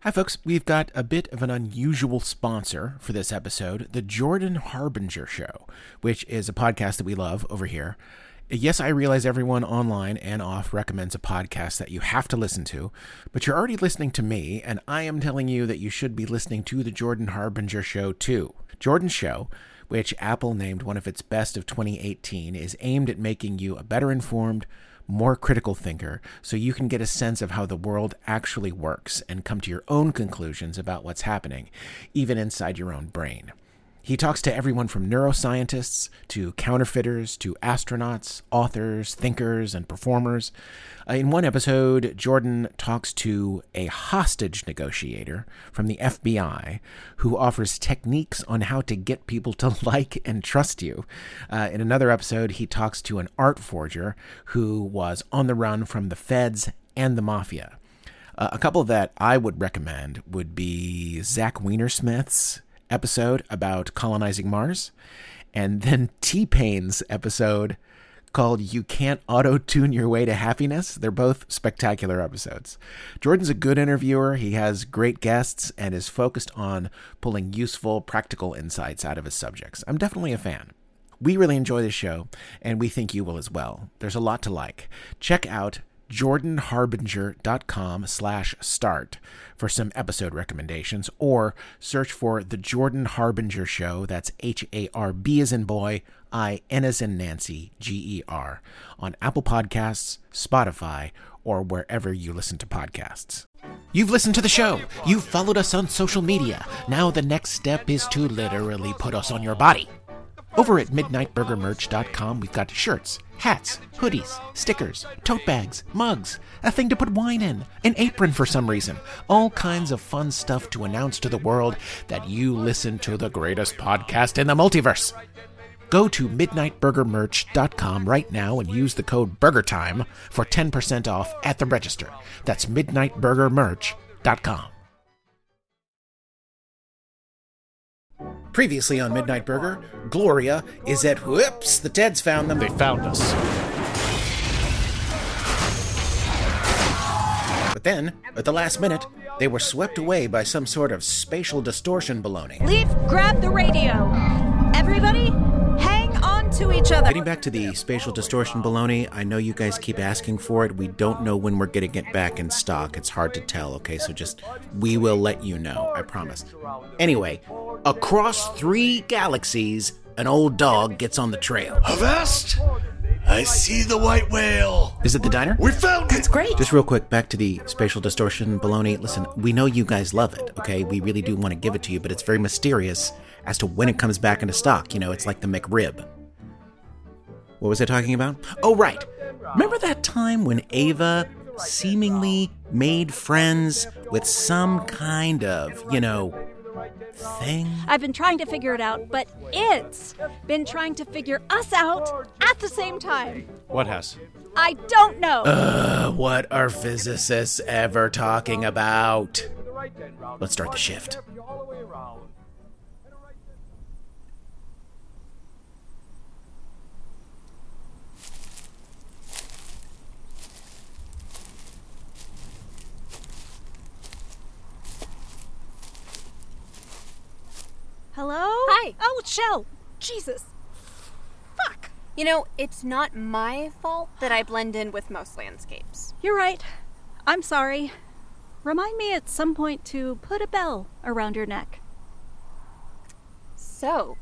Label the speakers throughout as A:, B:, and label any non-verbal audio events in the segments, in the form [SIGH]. A: Hi, folks. We've got a bit of an unusual sponsor for this episode the Jordan Harbinger Show, which is a podcast that we love over here. Yes, I realize everyone online and off recommends a podcast that you have to listen to, but you're already listening to me, and I am telling you that you should be listening to the Jordan Harbinger Show too. Jordan's show, which Apple named one of its best of 2018, is aimed at making you a better informed, more critical thinker so you can get a sense of how the world actually works and come to your own conclusions about what's happening, even inside your own brain. He talks to everyone from neuroscientists to counterfeiters to astronauts, authors, thinkers, and performers. Uh, In one episode, Jordan talks to a hostage negotiator from the FBI who offers techniques on how to get people to [LAUGHS] like and trust you. Uh, in another episode, he talks to an art forger who was on the run from the feds and the mafia. Uh, a couple that I would recommend would be Zach Wienersmith's episode about colonizing Mars, and [LAUGHS] then T Pain's episode called You Can't Auto Tune Your Way to Happiness. They're both spectacular episodes. Jordan's a good interviewer, he has great guests, and is focused on pulling useful, practical insights out of his subjects. I'm definitely a fan. We really enjoy this show, and we think you will as well. There's a lot to like. Check out jordanharbinger.com slash start for some episode recommendations, or search for The Jordan Harbinger Show, that's H-A-R-B as in boy, I-N as in Nancy, G-E-R, on Apple Podcasts, Spotify, or wherever you listen to podcasts. You've listened to the show. You've followed us on social media. Now the next step is to literally put us on your body. Over at midnightburgermerch.com, we've got shirts, hats, hoodies, stickers, tote bags, mugs, a thing to put wine in, an apron for some reason, all kinds of fun stuff to announce to the world that you listen to the greatest podcast in the multiverse. Go to midnightburgermerch.com right now and use the code BurgerTime for 10% off at the register. That's midnightburgermerch.com. Previously on Midnight Burger, Gloria is at whoops, the Teds found them.
B: They found us.
A: But then, at the last minute, they were swept away by some sort of spatial distortion baloney.
C: Leaf, grab the radio. Everybody, hang on to each other.
A: Getting back to the spatial distortion baloney, I know you guys keep asking for it. We don't know when we're getting it back in stock. It's hard to tell, okay? So just, we will let you know, I promise. Anyway, across three galaxies, an old dog gets on the trail.
D: Avast! I see the white whale.
A: Is it the diner?
D: We found it.
E: Great.
A: Just real quick, back to the spatial distortion baloney. Listen, we know you guys love it, okay? We really do want to give it to you, but it's very mysterious as to when it comes back into stock. You know, it's like the McRib. What was I talking about? Oh, right. Remember that time when Ava seemingly made friends with some kind of, you know, thing?
C: I've been trying to figure it out, but it's been trying to figure us out at the same time.
B: What has?
C: I don't know.
A: Uh, what are physicists ever talking about? Let's start the shift.
C: Hello?
F: Hi.
C: Oh, Shell. Jesus. Fuck.
F: You know, it's not my fault that I blend in with most landscapes.
C: You're right. I'm sorry. Remind me at some point to put a bell around your neck.
F: So,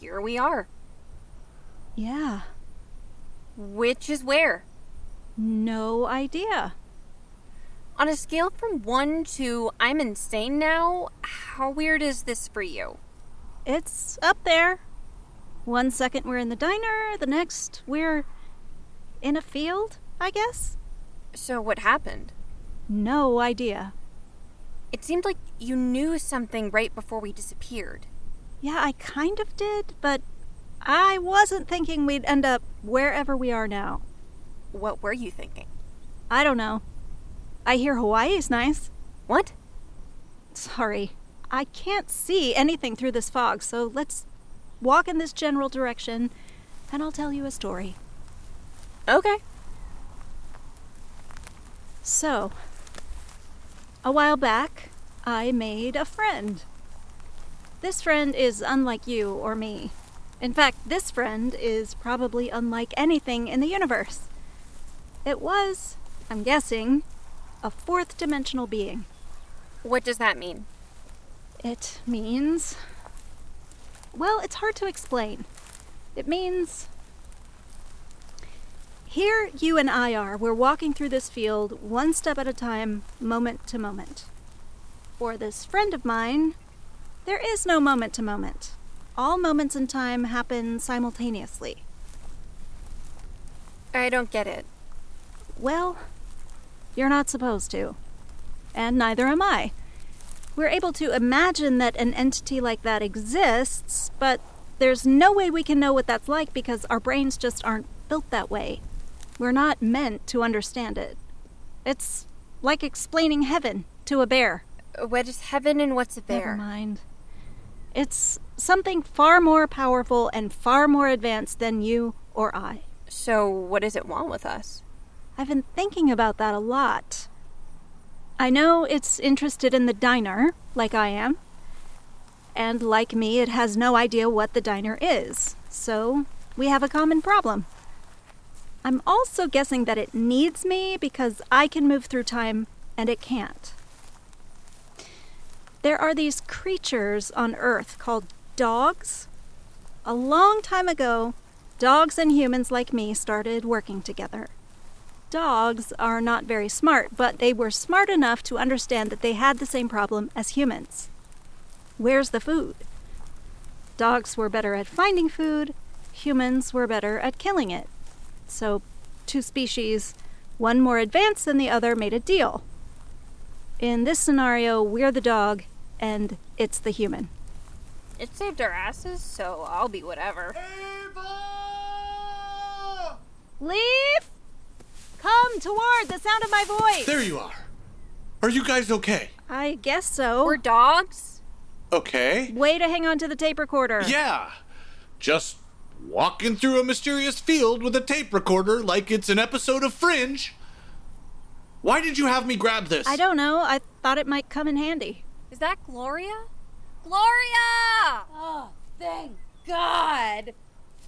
F: here we are.
C: Yeah.
F: Which is where?
C: No idea.
F: On a scale from 1 to I'm insane now, how weird is this for you?
C: It's up there. One second we're in the diner, the next we're in a field, I guess?
F: So, what happened?
C: No idea.
F: It seemed like you knew something right before we disappeared.
C: Yeah, I kind of did, but I wasn't thinking we'd end up wherever we are now.
F: What were you thinking?
C: I don't know. I hear Hawaii's nice.
F: What?
C: Sorry, I can't see anything through this fog, so let's walk in this general direction and I'll tell you a story.
F: Okay.
C: So, A while back, I made a friend. This friend is unlike you or me. In fact, this friend is probably unlike anything in the universe. It was, I'm guessing, a fourth dimensional being.
F: What does that mean?
C: It means. Well, it's hard to explain. It means. Here you and I are. We're walking through this field one step at a time, moment to moment. For this friend of mine, there is no moment to moment. All moments in time happen simultaneously.
F: I don't get it.
C: Well, you're not supposed to. And neither am I. We're able to imagine that an entity like that exists, but there's no way we can know what that's like because our brains just aren't built that way. We're not meant to understand it. It's like explaining heaven to a bear.
F: What is heaven and what's a
C: Never
F: bear?
C: mind. It's something far more powerful and far more advanced than you or I.
F: So, what does it want with us?
C: I've been thinking about that a lot. I know it's interested in the diner, like I am. And like me, it has no idea what the diner is. So we have a common problem. I'm also guessing that it needs me because I can move through time and it can't. There are these creatures on Earth called dogs. A long time ago, dogs and humans like me started working together dogs are not very smart, but they were smart enough to understand that they had the same problem as humans. Where's the food? Dogs were better at finding food, humans were better at killing it. So, two species, one more advanced than the other, made a deal. In this scenario, we're the dog and it's the human.
F: It saved our asses, so I'll be whatever.
D: Ava!
C: Leaf! Come toward the sound of my voice!
D: There you are. Are you guys okay?
C: I guess so.
F: We're dogs?
D: Okay.
C: Way to hang on to the tape recorder.
D: Yeah. Just walking through a mysterious field with a tape recorder like it's an episode of Fringe. Why did you have me grab this?
C: I don't know. I thought it might come in handy.
F: Is that Gloria? Gloria!
B: Oh, thank God!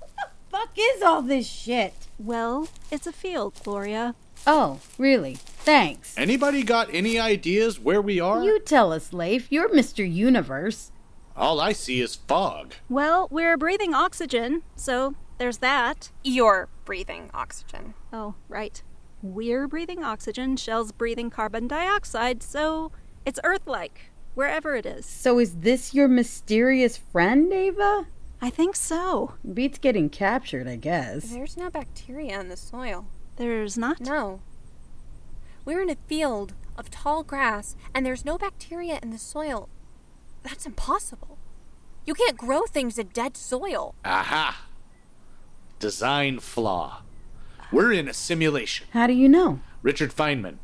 B: What the fuck is all this shit?
C: Well, it's a field, Gloria.
B: Oh, really? Thanks.
D: Anybody got any ideas where we are?
B: You tell us, Leif. You're Mr. Universe.
D: All I see is fog.
C: Well, we're breathing oxygen, so there's that.
F: You're breathing oxygen.
C: Oh, right. We're breathing oxygen, Shell's breathing carbon dioxide, so it's Earth like, wherever it is.
B: So is this your mysterious friend, Ava?
C: I think so.
B: Beats getting captured, I guess.
F: There's no bacteria in the soil.
C: There's not?
F: No. We're in a field of tall grass, and there's no bacteria in the soil. That's impossible. You can't grow things in dead soil.
D: Aha! Design flaw. We're in a simulation.
B: How do you know?
D: Richard Feynman,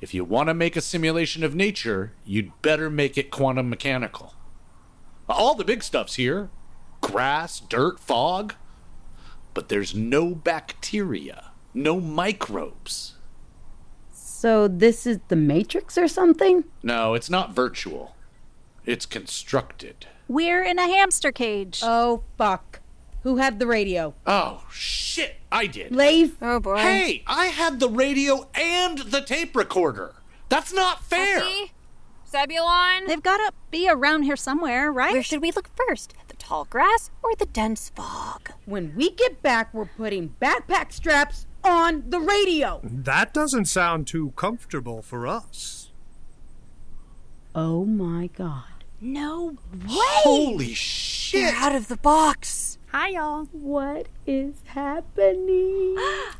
D: if you want to make a simulation of nature, you'd better make it quantum mechanical. All the big stuff's here grass, dirt, fog. But there's no bacteria, no microbes.
B: So this is the Matrix or something?
D: No, it's not virtual, it's constructed.
C: We're in a hamster cage.
B: Oh, fuck. Who had the radio?
D: Oh, shit, I did.
B: Leif?
F: Oh boy.
D: Hey, I had the radio and the tape recorder. That's not fair.
F: See? Zebulon?
C: They've gotta be around here somewhere, right?
F: Where should we look first? The tall grass or the dense fog?
B: When we get back, we're putting backpack straps on the radio.
E: That doesn't sound too comfortable for us.
B: Oh my God.
C: no.
D: Holy shit.
F: They're out of the box.
G: Hi, y'all.
B: What is
G: [GASPS]
B: happening?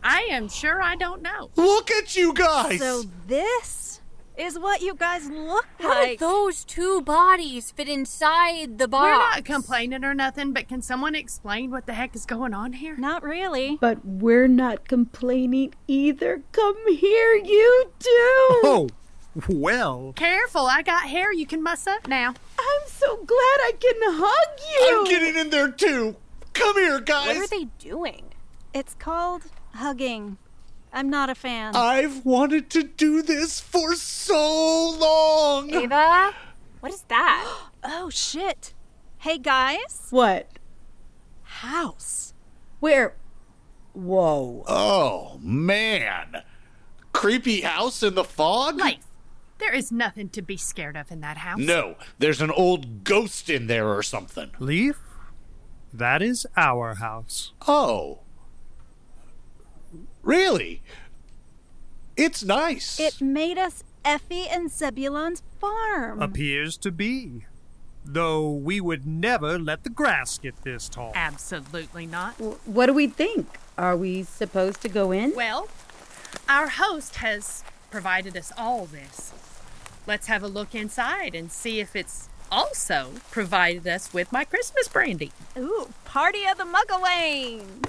G: I am sure I don't know.
D: Look at you guys.
C: So this is what you guys look
F: How did
C: like.
F: those two bodies fit inside the box?
G: We're not complaining or nothing, but can someone explain what the heck is going on here?
C: Not really.
B: But we're not complaining either. Come here, you two.
E: Oh, well.
G: Careful, I got hair you can muss up now.
B: I'm so glad I can hug you.
D: I'm getting in there too. Come here,
F: What are
D: guys.
F: they doing?
C: It's called hugging. I'm not a fan.
D: I've wanted to do this for so long.
F: Ava? What is that?
C: [GASPS] oh, shit. Hey, guys.
B: What?
C: House.
B: Where? Whoa.
D: Oh, man. Creepy house in the fog?
G: Life. There is nothing to be scared of in that house.
D: No, there's an old ghost in there or something.
E: Leaf, that is our house.
D: Oh. Really? It's nice.
C: It made us Effie and Zebulon's
D: Uh,
C: farm.
E: Appears to be. Though we would never let the grass get this tall.
G: Absolutely not.
B: Wh- What do we think? Are we supposed to go in?
G: Well, our host has provided us all this. Let's have a look inside and see if it's also provided us with my Christmas brandy.
C: Ooh, party of the Muggawanes.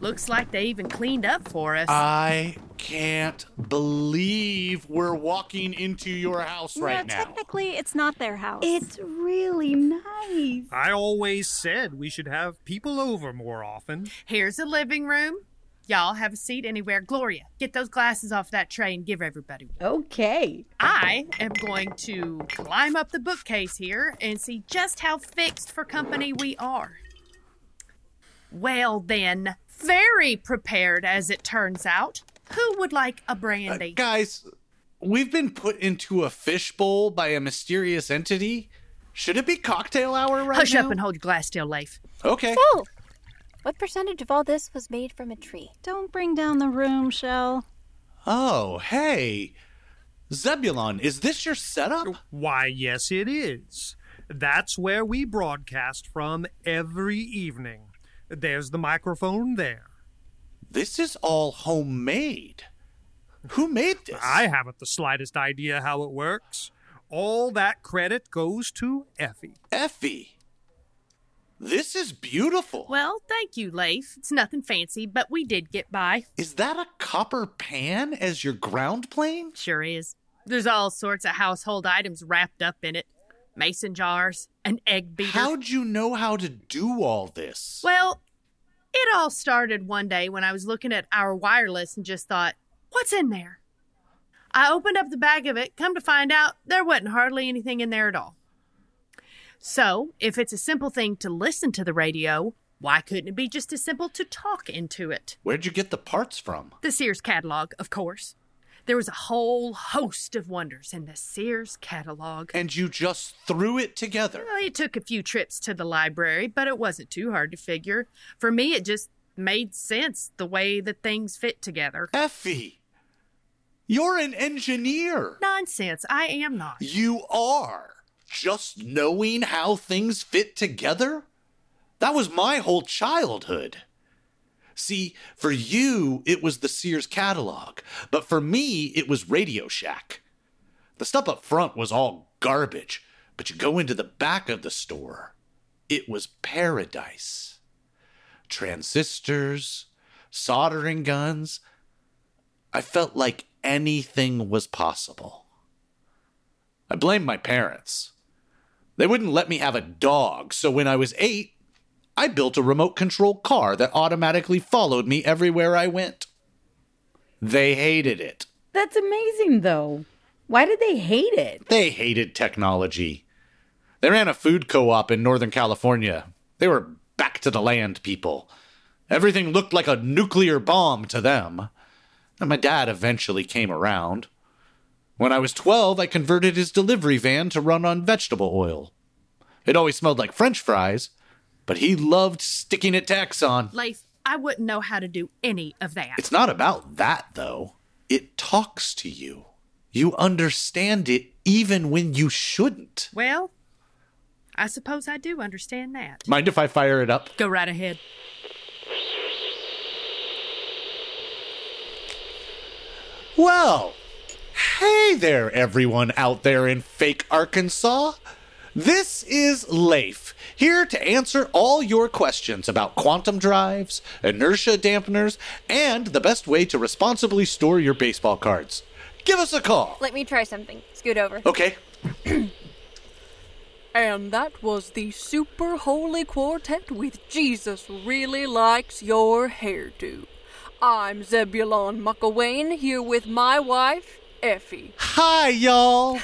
G: Looks like they even cleaned up for us.
D: I can't believe we're walking into your house right
C: no,
D: now.
C: technically, it's not their house.
B: It's really nice.
E: I always said we should have people over more often.
G: Here's a living room. Y'all have a seat anywhere. Gloria, get those glasses off that tray and give everybody one.
B: Okay.
G: I am going to climb up the bookcase here and see just how fixed for company we are. Well, then, very prepared as it turns out. Who would like a
D: Uh,
G: brandy?
D: guys, we've been put into a fishbowl by a mysterious entity. Should it be cocktail hour right
G: Hush
D: now?
G: up and hold your glass still, Leif.
D: okay.
F: So, what percentage of all this was made from a tree?
C: Don't bring down the room, Shell.
D: Oh, hey. Zebulon, is this your setup?
E: Why, yes, it is. That's where we broadcast from every evening. There's the microphone there.
D: This is all homemade. Who made this?
E: I haven't the slightest idea how it works. All that credit goes to Effie.
D: Effie. This is beautiful.
G: Well, thank you, Leif. It's nothing fancy, but we did get by.
D: is that a copper pan as your ground plane?
G: Sure is. There's all sorts of household items wrapped up in it mason jars, an egg beater.
D: How'd you know how to do all this?
G: Well, it all started one day when I was looking at our wireless and just thought, what's in there? I opened up the back of it, come to find out there wasn't hardly anything in there at all. So, if it's a simple thing to listen to the radio, why couldn't it be just as simple to talk into it?
D: Where'd you get the parts from?
G: The Sears catalog, of course. There was a whole host of wonders in the Sears catalog.
D: And you just threw it together.
G: Well, it took a few trips to the library, but it wasn't too hard to figure. For me, it just made sense the way that things fit together.
D: Effie, you're an engineer.
G: Nonsense. I am not.
D: You are. Just knowing how things fit together? That was my whole childhood. See, for you, it was the Sears catalog, but for me, it was Radio Shack. The stuff up front was all garbage, but you go into the back of the store, it was paradise. Transistors, soldering guns. I felt like anything was possible. I blame my parents. They wouldn't let me have a dog, so when I was eight, I built a remote control car that automatically followed me everywhere I went. They hated it.
B: That's amazing, though. Why did they hate it?
D: They hated technology. They ran a food co op in Northern California. They were back to the land people. Everything looked like a nuclear bomb to them. And my dad eventually came around. When I was 12, I converted his delivery van to run on vegetable oil. It always smelled like french fries, but he loved sticking it to Exxon.
G: Leif, I wouldn't know how to do any of that.
D: It's not about that, though. It talks to you. You understand it even when you shouldn't.
G: Well, I suppose I do understand that.
D: Mind if I fire it up?
G: Go right ahead.
D: Well, hey there, everyone out there in fake Arkansas. This is Leif, here to answer all your questions about quantum drives, inertia dampeners, and the best way to responsibly store your baseball cards. Give us a call.
F: Let me try something. Scoot over.
D: Okay.
H: And that was the Super Holy Quartet with Jesus Really Likes Your Hairdo. I'm Zebulon Mucklewain here with my wife, Effie.
D: Hi, y'all.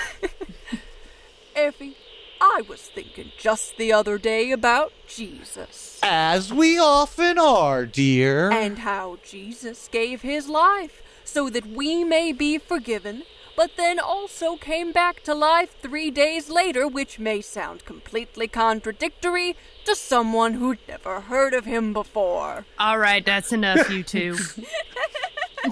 H: [LAUGHS] Effie, I was thinking just the other day about Jesus
D: As we often are, dear.
H: and how Jesus gave his life so that we may be forgiven, but then also came back to life three days later, which may sound completely contradictory to someone who'd never heard of him before.
G: All right, that's enough,
D: [LAUGHS]
G: you two.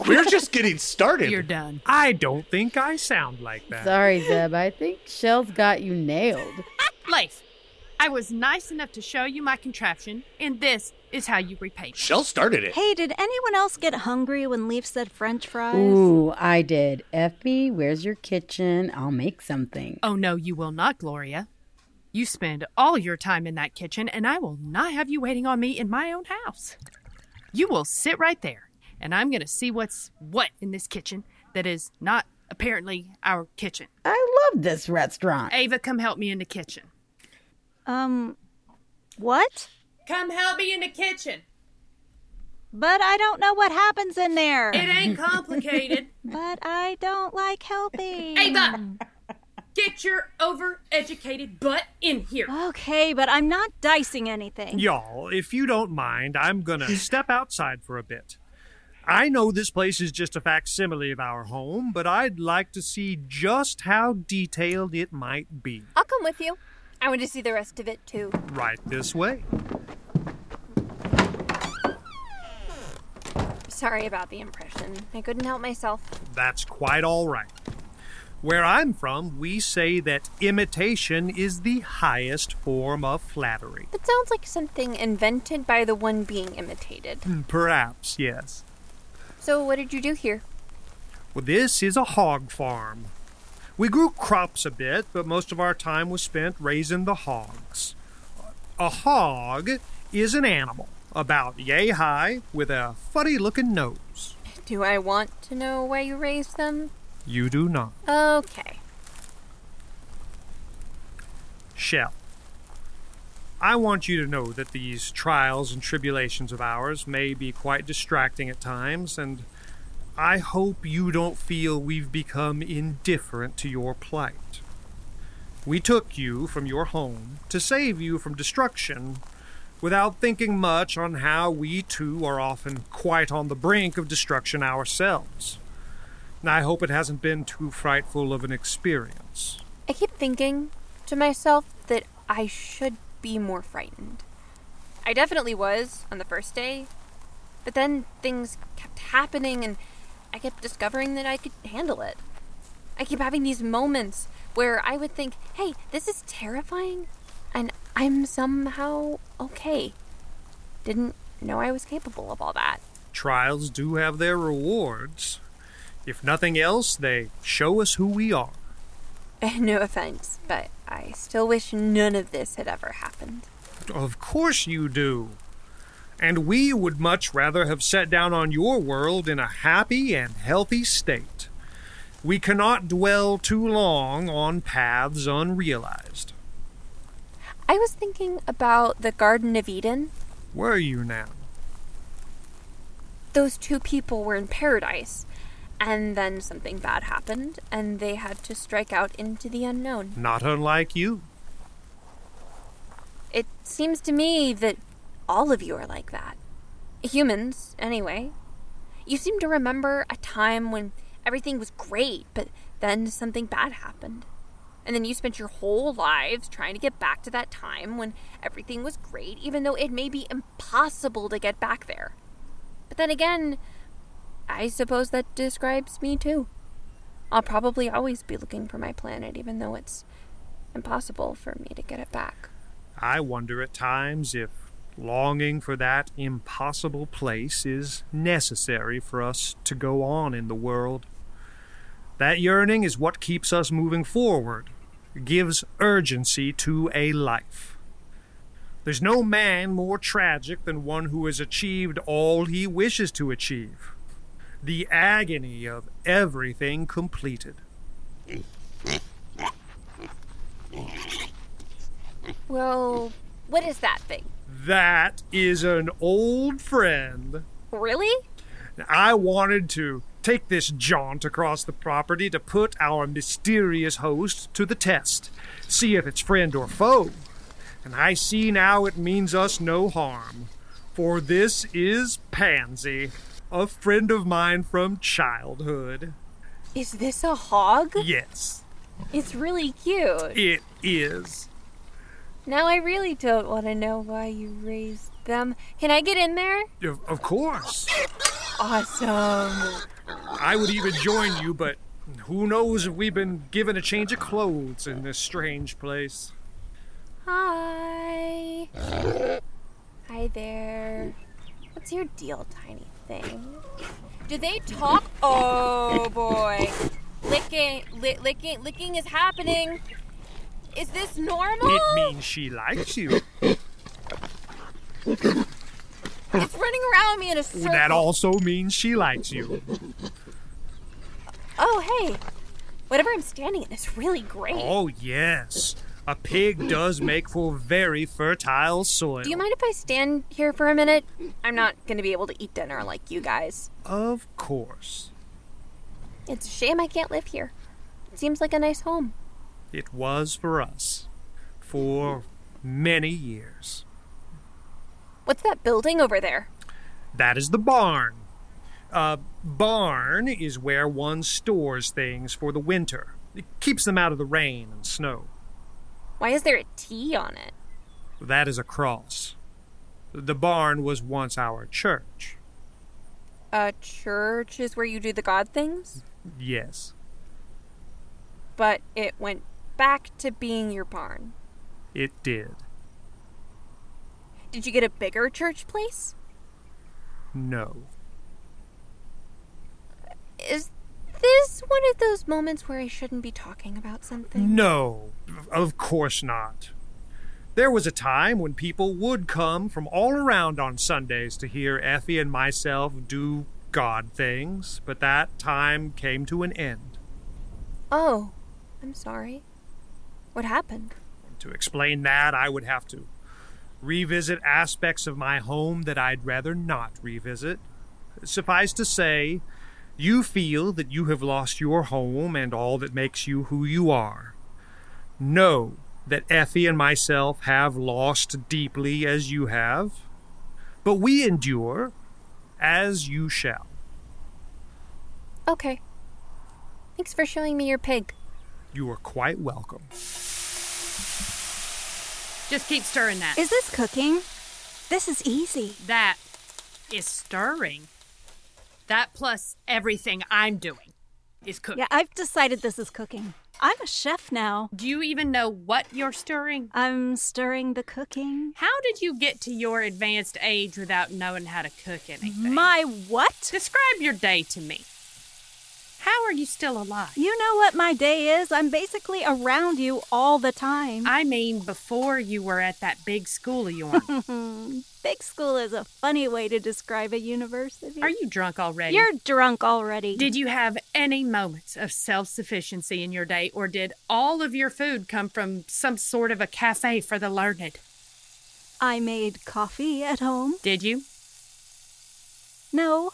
D: We're just getting started.
H: You're done.
E: I don't think I sound like that.
I: Sorry, Zeb. I think Shell's got you nailed.
G: Leif, I was nice enough to show you my contraption, and this is how you repay me.
D: Shell started it.
C: Hey, did anyone else get hungry when Leaf said french fries?
I: Ooh, I did. Effie, where's your kitchen? I'll make something.
G: Oh, no, you will not, Gloria. You spend all your time in that kitchen, and I will not have you waiting on me in my own house. You will sit right there, and I'm going to see what's what in this kitchen that is not apparently our kitchen.
I: I love this restaurant.
G: Ava, come help me in the kitchen.
C: Um, what?
G: Come help me in the kitchen.
C: But I don't know what happens in there.
G: It ain't complicated.
C: [LAUGHS] But I don't like helping.
G: Ava, get your overeducated butt in here.
C: Okay, but I'm not dicing anything.
E: Y'all, if you don't mind, I'm gonna step outside for a bit. I know this place is just a facsimile of our home, but I'd like to see just how detailed it might be.
F: I'll come with you. I want to see the rest of it too.
E: Right this way.
F: Sorry about the impression. I couldn't help myself.
E: That's quite all right. Where I'm from, we say that imitation is the highest form of flattery.
F: That sounds like something invented by the one being imitated.
E: Hmm, Perhaps, yes.
F: So, what did you do here?
E: Well, this is a hog farm. We grew crops a bit, but most of our time was spent raising the hogs. A hog is an animal about yay high with a funny looking nose.
F: Do I want to know why you raised them?
E: You do not.
F: Okay.
E: Shell. I want you to know that these trials and tribulations of ours may be quite distracting at times, and I hope you don't feel we've become indifferent to your plight. We took you from your home to save you from destruction without thinking much on how we too are often quite on the brink of destruction ourselves. And I hope it hasn't been too frightful of an experience.
F: I keep thinking to myself that I should be more frightened. I definitely was on the first day, but then things kept happening and I kept discovering that I could handle it. I keep having these moments where I would think, hey, this is terrifying, and I'm somehow okay. Didn't know I was capable of all that.
E: trials do have their rewards. If nothing else, they show us who we are.
F: [LAUGHS] no offense, but I still wish none of this had ever happened.
E: Of course you do. And we would much rather have sat down on your world in a happy and healthy state. We cannot dwell too long on paths unrealized.
F: I was thinking about the Garden of Eden.
E: Were you now?
F: Those two people were in paradise, and then something bad happened, and they had to strike out into the unknown.
E: Not unlike you.
F: It seems to me that all of you are like that. Humans, anyway. You seem to remember a time when everything was great, but then something bad happened. And then you spent your whole lives trying to get back to that time when everything was great, even though it may be impossible to get back there. But then again, I suppose that describes me too. I'll probably always be looking for my planet, even though it's impossible for me to get it back.
E: I wonder at times if longing for that impossible place is necessary for us to go on in the world. That yearning is what keeps us moving forward, gives urgency to a life. There's no man more tragic than one who has achieved all he wishes to achieve. The agony of everything completed.
F: Well, what is that thing?
E: That is an old friend.
F: Really?
E: I wanted to take this jaunt across the property to put our mysterious host to the test, see if it's friend or foe. And I see now it means us no harm, for this is Pansy, a friend of mine from childhood.
F: Is this a hog?
E: Yes,
F: It's really cute.
E: it is.
F: Now I really don't want to know why you raised them. Can I get in there?
E: Of of course.
F: Awesome.
E: I would even join you, but who knows if we've been given a change of clothes in this strange place.
F: Hi. Hi there. What's your deal, tiny thing? Do they talk? Oh boy. Licking, li- licking, licking is happening. Is this normal?
E: It means she likes you.
F: It's running around me in a circle.
E: That also means she likes you.
F: Oh, hey. Whatever I'm standing in is really great.
E: Oh, yes. A pig does make for very fertile soil.
F: Do you mind if I stand here for a minute? I'm not going to be able to eat dinner like you guys.
E: Of course.
F: It's a shame I can't live here. It seems like a nice home.
E: It was for us. For many years.
F: What's that building over there?
E: That is the barn. A barn is where one stores things for the winter. It keeps them out of the rain and snow.
F: Why is there a T on it?
E: That is a cross. The barn was once our church.
F: A church is where you do the God things,
E: Yes.
F: but it went back to being your barn.
E: It did.
F: Did you get a bigger church place?
E: No.
F: Is this one of those moments where I shouldn't be talking about something?
E: No, of course not. There was a time when people would come from all around on Sundays to hear Effie and myself do God things, but that time came to an end.
F: Oh, I'm sorry. What happened?
E: To explain that, I would have to revisit aspects of my home that I'd rather not revisit. Suffice to say, you feel that you have lost your home and all that makes you who you are. Know that Effie and myself have lost deeply as you have, but we endure as you shall.
F: Okay. Thanks for showing me your pig.
E: You are quite welcome.
G: Just keep stirring that.
C: Is this cooking? This is easy.
G: that is stirring. That plus everything I'm doing is cooking.
C: Yeah, I've decided this is cooking. I'm a chef now.
G: Do you even know what you're stirring?
C: I'm stirring the cooking.
G: How did you get to your advanced age without knowing how to cook anything?
C: My what?
G: Describe your day to me. How are you still alive?
C: You know what my day is? I'm basically around you all the time. [LAUGHS]
G: I mean, before you were at that big school of yours.
C: Big school is a funny way to describe a university.
G: are you drunk
C: [LAUGHS]
G: already?
C: You're drunk already.
G: Did you have any moments of self sufficiency in your day, or did all of your food come from some sort of a cafe for the learned?
C: I made coffee at home.
G: Did you?
C: No.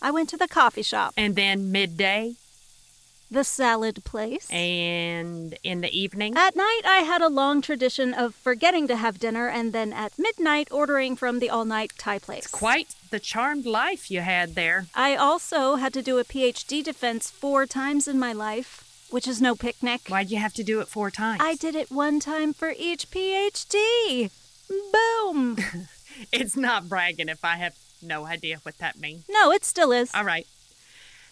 C: I went to the coffee shop,
G: And then midday
C: the salad place.
G: and in the evening?
C: At night, I had a long tradition of forgetting to have dinner and then at midnight ordering from the all night Thai place.
G: It's quite the charmed life you had there.
C: I also had to do a PhD defense four times in my life, which is no picnic.
G: Why'd you have to do it four times?
C: I did it one time for each PhD.
G: [LAUGHS]
C: Boom!
G: It's not bragging if I have no idea what that means.
C: no, it still is.
G: All right.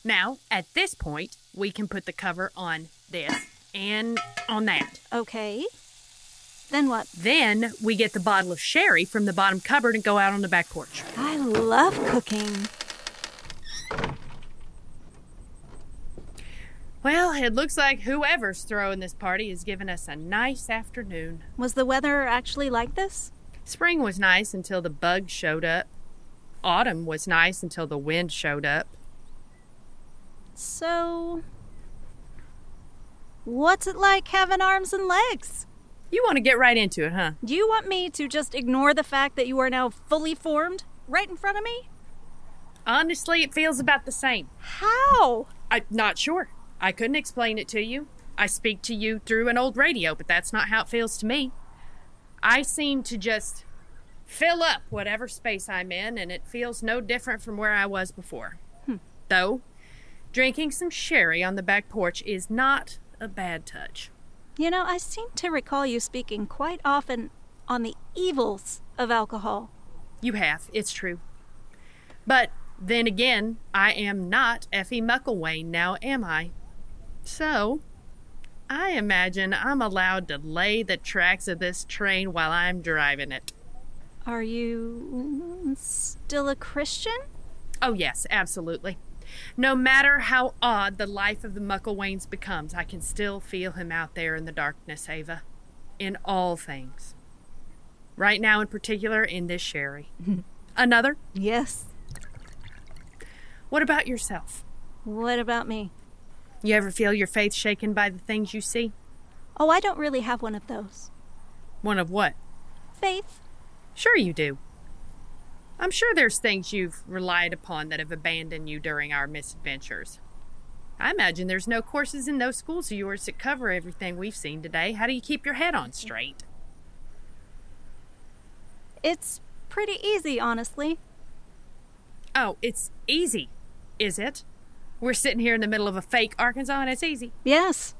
G: Now, at this point, we can put the cover on this and on that.
C: Okay. Then what?
G: Then we get the bottle of sherry from the bottom cupboard and go out on the back porch.
C: I love cooking.
G: Well, it looks like whoever's throwing this party has given us a nice afternoon.
C: Was the weather actually like this?
G: Spring was nice until the bugs showed up. Autumn was nice until the wind showed up.
C: So. What's it like having arms and legs?
G: You want to get right into it, huh?
C: Do you want me to just ignore the fact that you are now fully formed right in front of me?
G: Honestly, it feels about the same.
C: How?
G: I'm not sure. I couldn't explain it to you. I speak to you through an old radio, but that's not how it feels to me. I seem to just fill up whatever space I'm in, and it feels no different from where I was before.
C: Hmm.
G: Though, drinking some sherry on the back porch is not a bad touch.
C: You know, I seem to recall you speaking quite often on the evils of alcohol.
G: You have, it's true. But then again, I am not Effie Mucklewain now, am I? So, I imagine I'm allowed to lay the tracks of this train while I'm driving it.
C: Are you still a Christian?
G: Oh, yes, absolutely. No matter how odd the life of the Mucklewains becomes, I can still feel him out there in the darkness, Ava. In all things. Right now, in particular, in this sherry. Another?
C: Yes.
G: What about yourself?
C: What about me?
G: You ever feel your faith shaken by the things you see?
C: Oh, I don't really have one of those.
G: One of what?
C: Faith?
G: Sure, you do. I'm sure there's things you've relied upon that have abandoned you during our misadventures. I imagine there's no courses in those schools of yours that cover everything we've seen today. How do you keep your head on straight?
C: It's pretty easy, honestly.
G: Oh, it's easy, is it? We're sitting here in the middle of a fake Arkansas and it's easy.
C: Yes.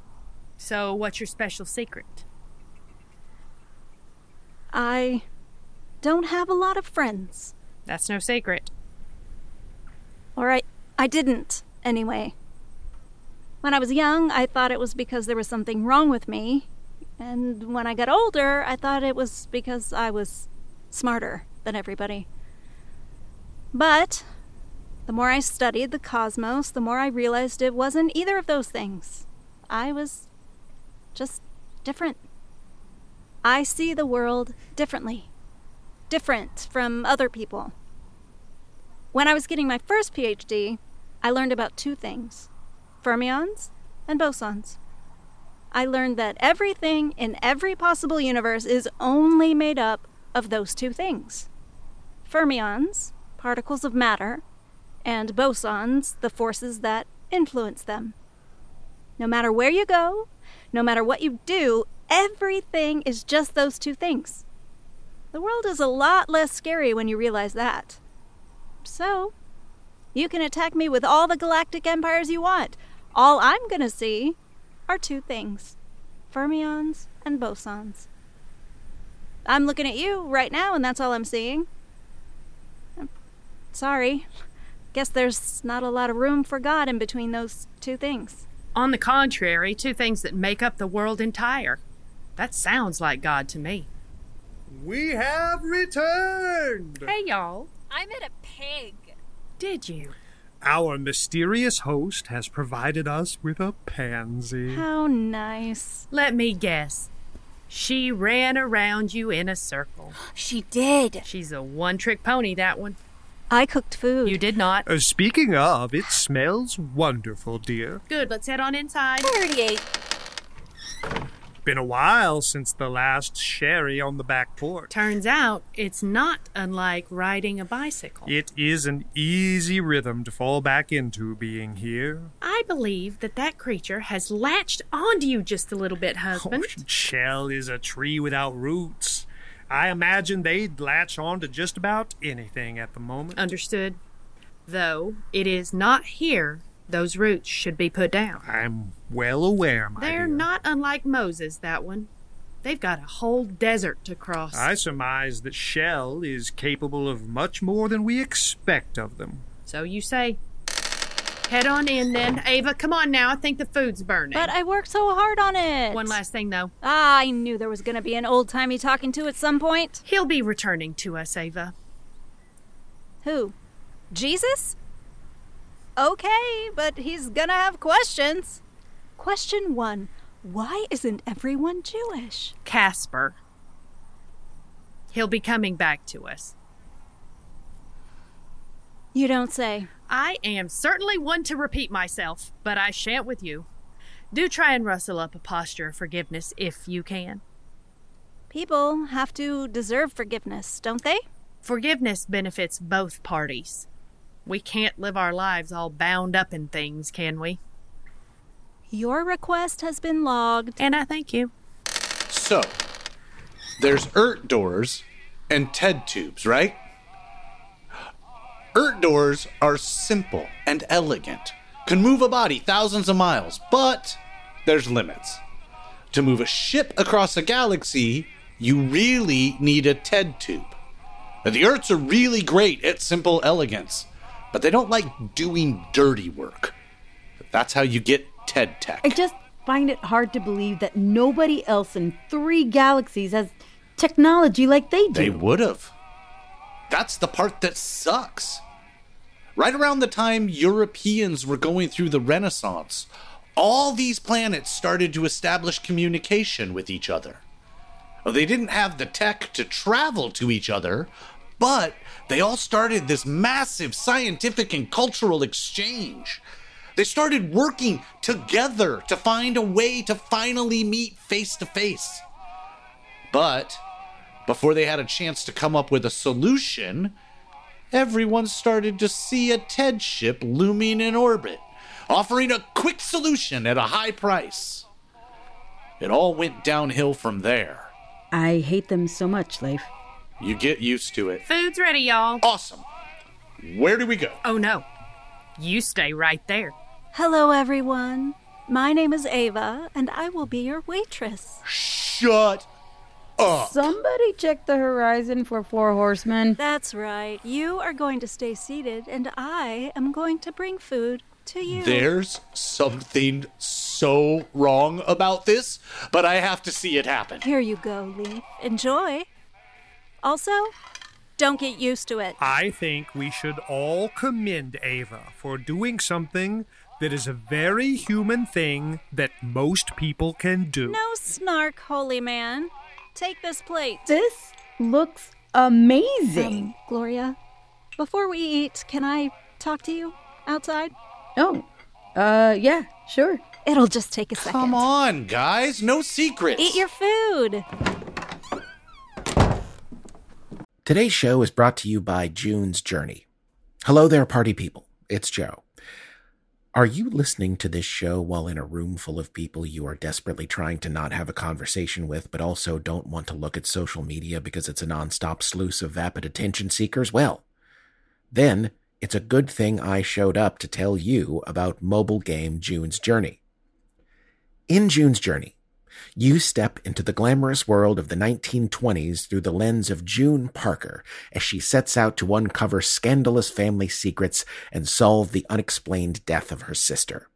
G: So, what's your special secret?
C: I don't have a lot of friends.
G: That's no secret.
C: Or I, I didn't, anyway. When I was young, I thought it was because there was something wrong with me. And when I got older, I thought it was because I was smarter than everybody. But the more I studied the cosmos, the more I realized it wasn't either of those things. I was just different. I see the world differently different from other people. When I was getting my first PhD, I learned about two things fermions and bosons. I learned that everything in every possible universe is only made up of those two things fermions, particles of matter, and bosons, the forces that influence them. No matter where you go, no matter what you do, everything is just those two things. The world is a lot less scary when you realize that. So, you can attack me with all the galactic empires you want. All I'm going to see are two things fermions and bosons. I'm looking at you right now, and that's all I'm seeing. I'm sorry. Guess there's not a lot of room for God in between those two things.
G: On the contrary, two things that make up the world entire. That sounds like God to me.
E: We have returned!
G: Hey, y'all.
H: I'm at a pig.
G: Did you?
E: Our mysterious host has provided us with a pansy.
C: How nice.
G: Let me guess. She ran around you in a circle.
F: She did.
G: She's a one trick pony, that one.
C: I cooked food.
G: You did not.
E: Uh, speaking of, it smells wonderful, dear.
G: Good, let's head on inside.
F: 38.
E: Been a while since the last sherry on the back porch.
G: Turns out it's not unlike riding a bicycle.
E: It is an easy rhythm to fall back into being here.
G: I believe that that creature has latched onto you just a little bit, husband.
E: Oh, shell is a tree without roots. I imagine they'd latch on to just about anything at the moment.
G: Understood. Though it is not here, those roots should be put down.
E: I'm well aware, my
G: They're
E: dear.
G: not unlike Moses, that one. They've got a whole desert to cross.
E: I surmise that Shell is capable of much more than we expect of them.
G: So you say. Head on in then. Ava, come on now. I think the food's burning.
C: But I worked so hard on it.
G: one last thing, though.
C: Ah, I knew there was going to be an old timey talking to at some point.
G: He'll be returning to us, Ava.
C: Who? Jesus? Okay, but he's going to have questions. Question one Why isn't everyone Jewish?
G: Casper. He'll be coming back to us.
C: You don't say.
G: I am certainly one to repeat myself, but I shan't with you. Do try and rustle up a posture of forgiveness if you can.
C: People have to deserve forgiveness, don't they?
G: Forgiveness benefits both parties. We can't live our lives all bound up in things, can we?
C: Your request has been logged.
G: And I thank you.
D: So, there's ERT doors and TED tubes, right? ERT doors are simple and elegant, can move a body thousands of miles, but there's limits. To move a ship across a galaxy, you really need a TED tube. Now, the ERTs are really great at simple elegance, but they don't like doing dirty work. That's how you get TED Tech.
I: I just find it hard to believe that nobody else in three galaxies has technology like they do.
D: They would have. That's the part that sucks. Right around the time Europeans were going through the Renaissance, all these planets started to establish communication with each other. Well, they didn't have the tech to travel to each other, but they all started this massive scientific and cultural exchange. They started working together to find a way to finally meet face to face. But before they had a chance to come up with a solution, everyone started to see a TED ship looming in orbit, offering a quick solution at a high price. It all went downhill from there.
I: I hate them so much, Leif.
D: You get used to it.
G: Food's ready, y'all.
D: Awesome. Where do we go?
G: Oh no. You stay right there.
C: Hello, everyone. My name is Ava, and I will be your waitress.
D: Shut
I: Uh.
D: up.
I: Somebody check the horizon for four horsemen.
C: That's right. You are going to stay seated, and I am going to bring food to you.
D: There's something so wrong about this, but I have to see it happen.
C: Here you go, Leaf. Enjoy. Also, don't get used to it.
E: I think we should all commend Ava for doing something that is a very human thing that most people can do.
C: No snark, holy man. Take this plate.
I: This looks
C: Um,
I: amazing.
C: Gloria, before we eat, can I talk to you outside?
I: oh, uh, yeah, sure.
C: It'll just take a second.
D: Come on, guys. No secrets.
C: Eat your food.
A: Today's show is brought to you by June's Journey. Hello there, party people. It's Joe. Are you listening to this show while in a room full of people you are desperately trying to not have a conversation with, but also don't want to look at social media because it's a nonstop sluice of vapid attention seekers? Well, then it's a good thing I showed up to tell you about mobile game June's Journey. In June's Journey, you step into the glamorous world of the 1920s through the lens of June Parker as she sets out to uncover scandalous family secrets and solve the unexplained death of her sister.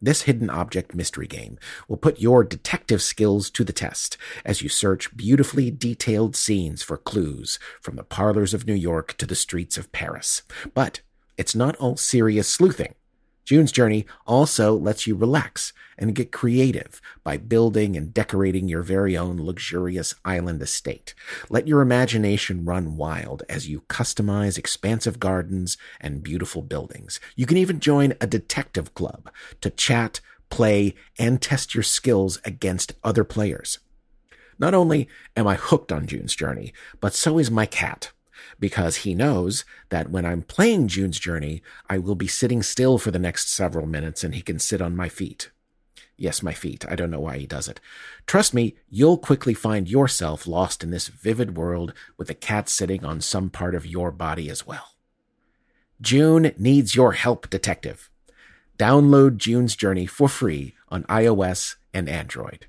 A: This hidden object mystery game will put your detective skills to the test as you search beautifully detailed scenes for clues from the parlors of New York to the streets of Paris. But it's not all serious sleuthing. June's Journey also lets you relax and get creative by building and decorating your very own luxurious island estate. Let your imagination run wild as you customize expansive gardens and beautiful buildings. You can even join a detective club to chat, play, and test your skills against other players. Not only am I hooked on June's Journey, but so is my cat because he knows that when I'm playing June's Journey, I will be sitting still for the next several minutes and he can sit on my feet. Yes, my feet. I don't know why he does it. Trust me, you'll quickly find yourself lost in this vivid world with a cat sitting on some part of your body as well. June needs your help, detective. Download June's Journey for free on iOS and Android.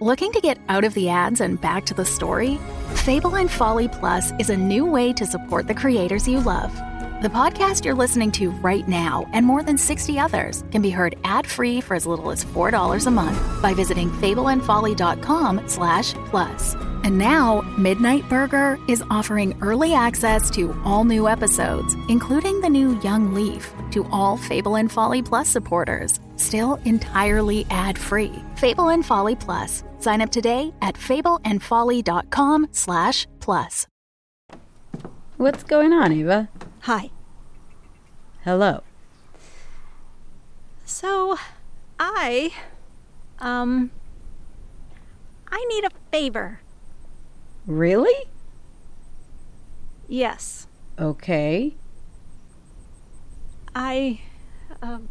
J: Looking to get out of the ads and back to the story? Fable and Folly Plus is a new way to support the creators you love. The podcast you're listening to right now and more than 60 others can be heard ad-free for as little as $4 a month by visiting fableandfolly.com slash plus. And now, Midnight Burger is offering early access to all new episodes, including the new Young Leaf, to all Fable and Folly Plus supporters, still entirely ad-free. Fable and Folly Plus. Sign up today at fableandfolly.com slash plus.
I: What's going on, Eva?
C: Hi.
I: Hello.
C: So, I, um, I need a favor.
I: Really?
C: Yes,
I: Okay.
C: I. Um,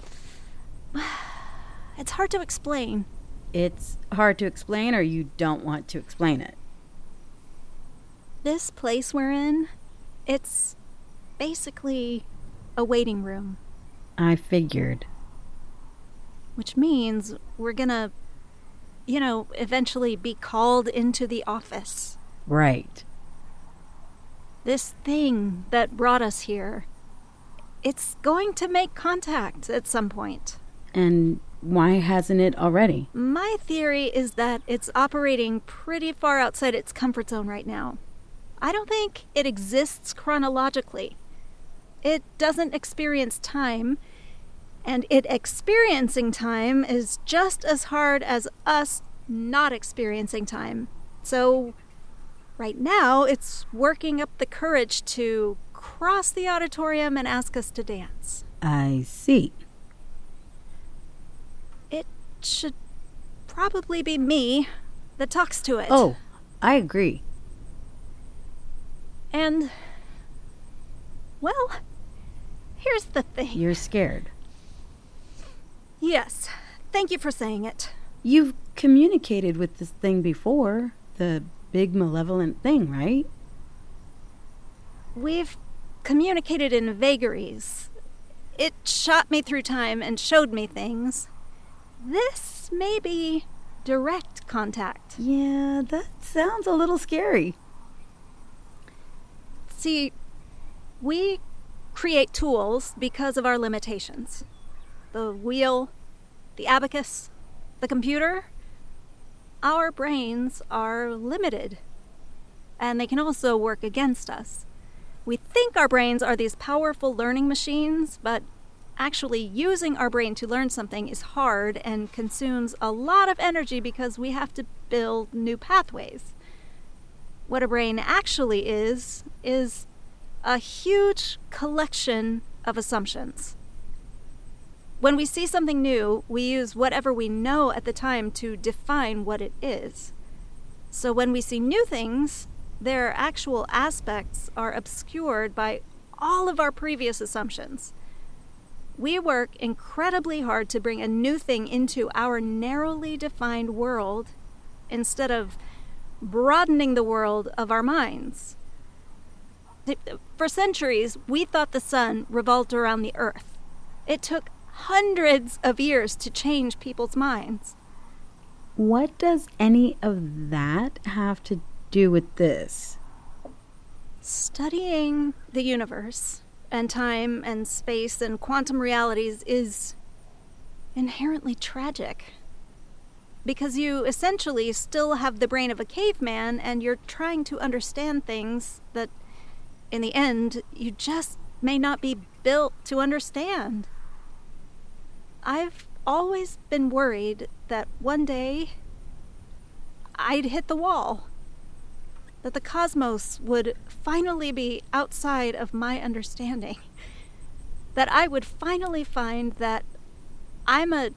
C: [SIGHS] it's hard to explain.
I: It's hard to explain, or you don't want to explain it.
C: This place we're in, it's basically a waiting room,
I: I figured.
C: which means we're gonna, you know, eventually be called into the office.
I: Right.
C: This thing that brought us here, it's going to make contact at some point.
I: And why hasn't it already?
C: My theory is that it's operating pretty far outside its comfort zone right now. I don't think it exists chronologically. It doesn't experience time, and it experiencing time is just as hard as us not experiencing time. So, right now, it's working up the courage to cross the auditorium and ask us to dance.
I: I see.
C: It should probably be me that talks to it.
I: Oh, I agree.
C: And, well, here's the thing.
I: You're scared.
C: Yes, thank you for saying it.
I: You've communicated with this thing before, the big malevolent thing, right?
C: We've communicated in vagaries. It shot me through time and showed me things. This may be direct contact.
I: Yeah, that sounds a little scary.
C: See, we create tools because of our limitations the wheel, the abacus, the computer. Our brains are limited, and they can also work against us. We think our brains are these powerful learning machines, but actually using our brain to learn something is hard and consumes a lot of energy because we have to build new pathways what a brain actually is is a huge collection of assumptions. When we see something new, we use whatever we know at the time to define what it is. So when we see new things, their actual aspects are obscured by all of our previous assumptions. We work incredibly hard to bring a new thing into our narrowly defined world instead of broadening the world of our minds. For centuries, we thought the sun revolved around the earth. It took hundreds of years to change people's minds.
I: What does any of that have to do with this?
C: Studying the universe and time and space and quantum realities is inherently tragic. Because you essentially still have the brain of a caveman and you're trying to understand things that, in the end, you just may not be built to understand. I've always been worried that one day I'd hit the wall. That the cosmos would finally be outside of my understanding. [LAUGHS] That I would finally find that I'm a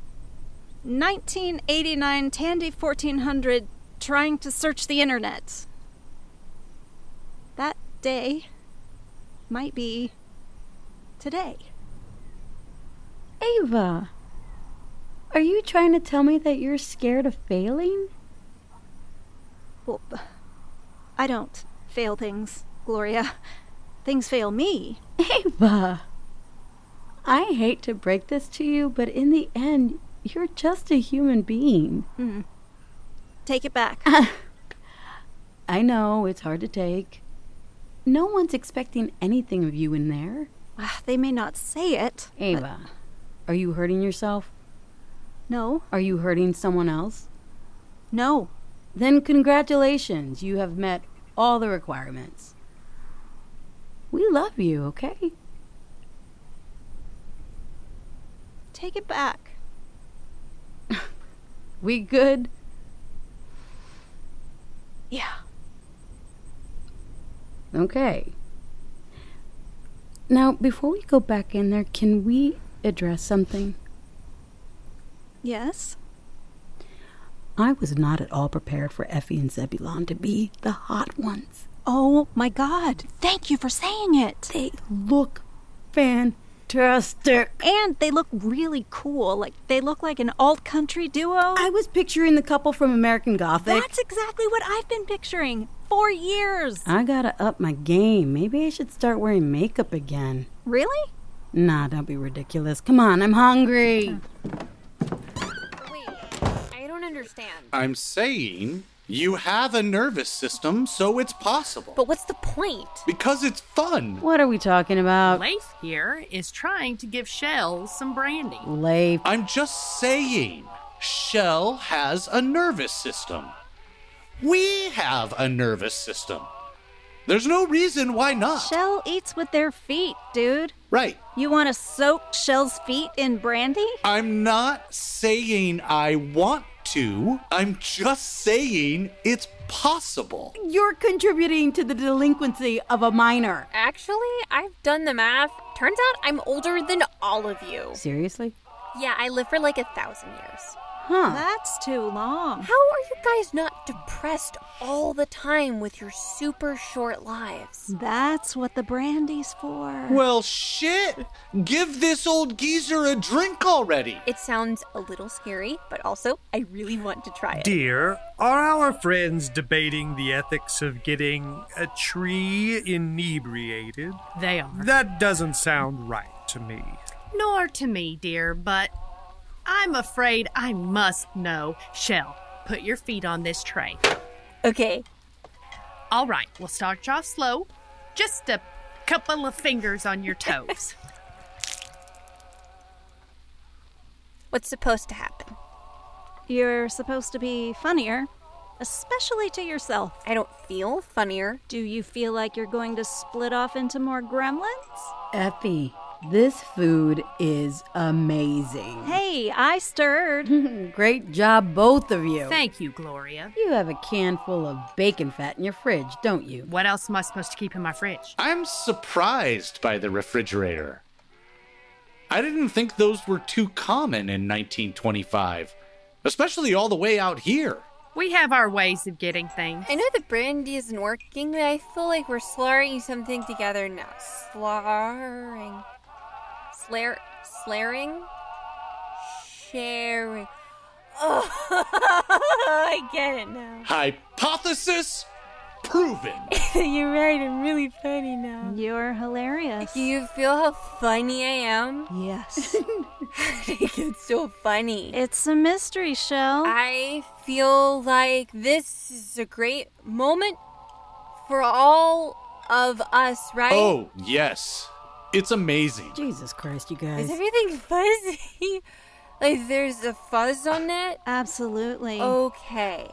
C: 1989 Tandy 1400 trying to search the internet. That day might be today.
I: Ava, are you trying to tell me that you're scared of failing?
C: Well, b- I don't fail things, Gloria. [LAUGHS] Things fail me.
I: Ava, I hate to break this to you, but in the end, you're just a human being.
C: Hmm. Take it back.
I: I know it's hard to take. No one's expecting anything of you in there.
C: Ah, they may not say it. but-
I: Ava, are you hurting yourself?
C: No,
I: Are you hurting someone else?
C: no.
I: Then congratulations, you have met all the requirements. We love you, okay?
C: Take it back.
I: [LAUGHS] We good?
C: Yeah.
I: Okay. Now, before we go back in there, can we address something?
C: Yes?
I: I was not at all prepared for Effie and Zebulon to be the hot ones.
C: Oh my god, thank you for saying it.
I: They look fantastic.
C: And they look really cool. Like they look like an alt country duo.
I: I was picturing the couple from American Gothic.
C: That's exactly what I've been picturing for years.
I: I gotta up my game. Maybe I should start wearing makeup again.
C: Really?
I: Nah, don't be ridiculous. Come on, I'm hungry.
F: Wait, I don't understand.
D: I'm saying you have a nervous system, so it's possible.
F: But what's the point?
D: because it's fun.
I: What are we talking about?
G: Leif here is trying to give Shell some brandy.
I: Leif.
D: I'm just saying, Shell has a nervous system. We have a nervous system. There's no reason why not.
C: Shell eats with their feet, dude.
D: right.
C: You want to soak Shell's feet in brandy?
D: I'm not saying I want to. I'm just saying it's possible.
I: You're contributing to the delinquency of a minor.
F: Actually, I've done the math. Turns out I'm older than all of you.
I: Seriously?
F: Yeah, I live for like a thousand years.
I: Huh.
C: That's too long.
F: How are you guys not depressed all the time with your super short lives?
C: That's what the brandy's for.
D: Well, shit. Give this old geezer a drink already.
F: It sounds a little scary, but also I really want to try it.
E: Dear, are our friends debating the ethics of getting a tree inebriated?
G: They are.
E: That doesn't sound right to me.
G: Nor to me, dear, but I'm afraid I must know. Shell, put your feet on this tray.
F: Okay,
G: All right, we'll start you off slow. Just a couple of fingers on your toes.
F: what's supposed to happen?
C: You're supposed to be funnier, especially to yourself.
F: I don't feel funnier.
C: Do you feel like you're going to split off into more gremlins?
I: Effie, this food is amazing.
C: Hey, I stirred.
F: [LAUGHS]
I: Great job, both of you.
G: Thank you, Gloria.
I: you have a can full of bacon fat in your fridge, don't you?
G: What else am I supposed to keep in my fridge?
D: I'm surprised by the refrigerator. I didn't think those were too common in 1925, especially all the way out here.
G: We have our ways of getting things.
F: I know the brandy isn't working, but I feel like we're slurring something together now. Slurring. Slur. Slurring? Sharing. [LAUGHS] Oh, I get it now.
D: Hypothesis proven.
F: [LAUGHS] You're right, I'm really funny now.
C: You're hilarious.
F: Do you feel how funny I am? [LAUGHS]
C: Yes.
F: I think it's so funny.
C: it's a mystery show.
F: I feel like this is a great moment for all of us, right?
D: Oh, yes. It's amazing.
I: Jesus Christ, you
F: Is
I: guys.
F: everything fuzzy? [LAUGHS] like there's a fuzz on it?
C: Absolutely.
F: Okay.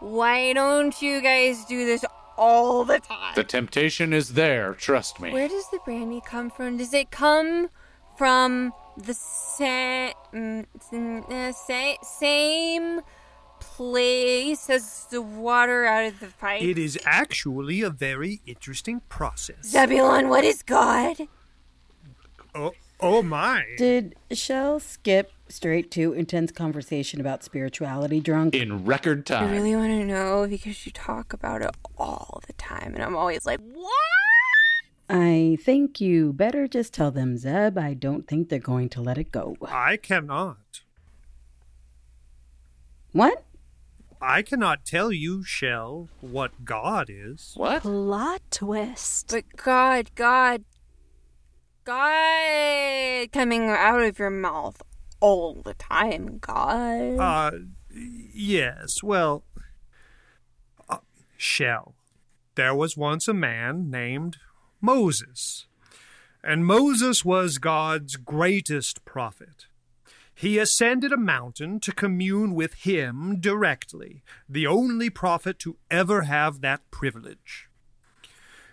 F: Why don't you guys do this all the time?
D: The temptation is there, trust me.
F: Where does the brandy come from? Does it come from the sa- mm, mm, uh, sa- same place as the water out of the pipe?
E: It is actually a very interesting process.
F: Zebulon, what is God?
E: Oh, oh my.
I: Did Shell skip straight to intense conversation about spirituality drunk?
D: In record
F: I
D: time.
F: really want to know because you talk about it all the time, and I'm always like, what?
I: I think you better just tell them, Zeb, I don't think they're going to let it go.
E: I cannot.
I: What?
E: I cannot tell you, Shell, what God is.
D: What?
C: Plot twist.
F: But God, God, God coming out of your mouth all the time, God.
E: Uh, yes, well, uh, Shell. There was once a man named Moses, and Moses was God's greatest prophet. He ascended a mountain to commune with him directly, the only prophet to ever have that privilege.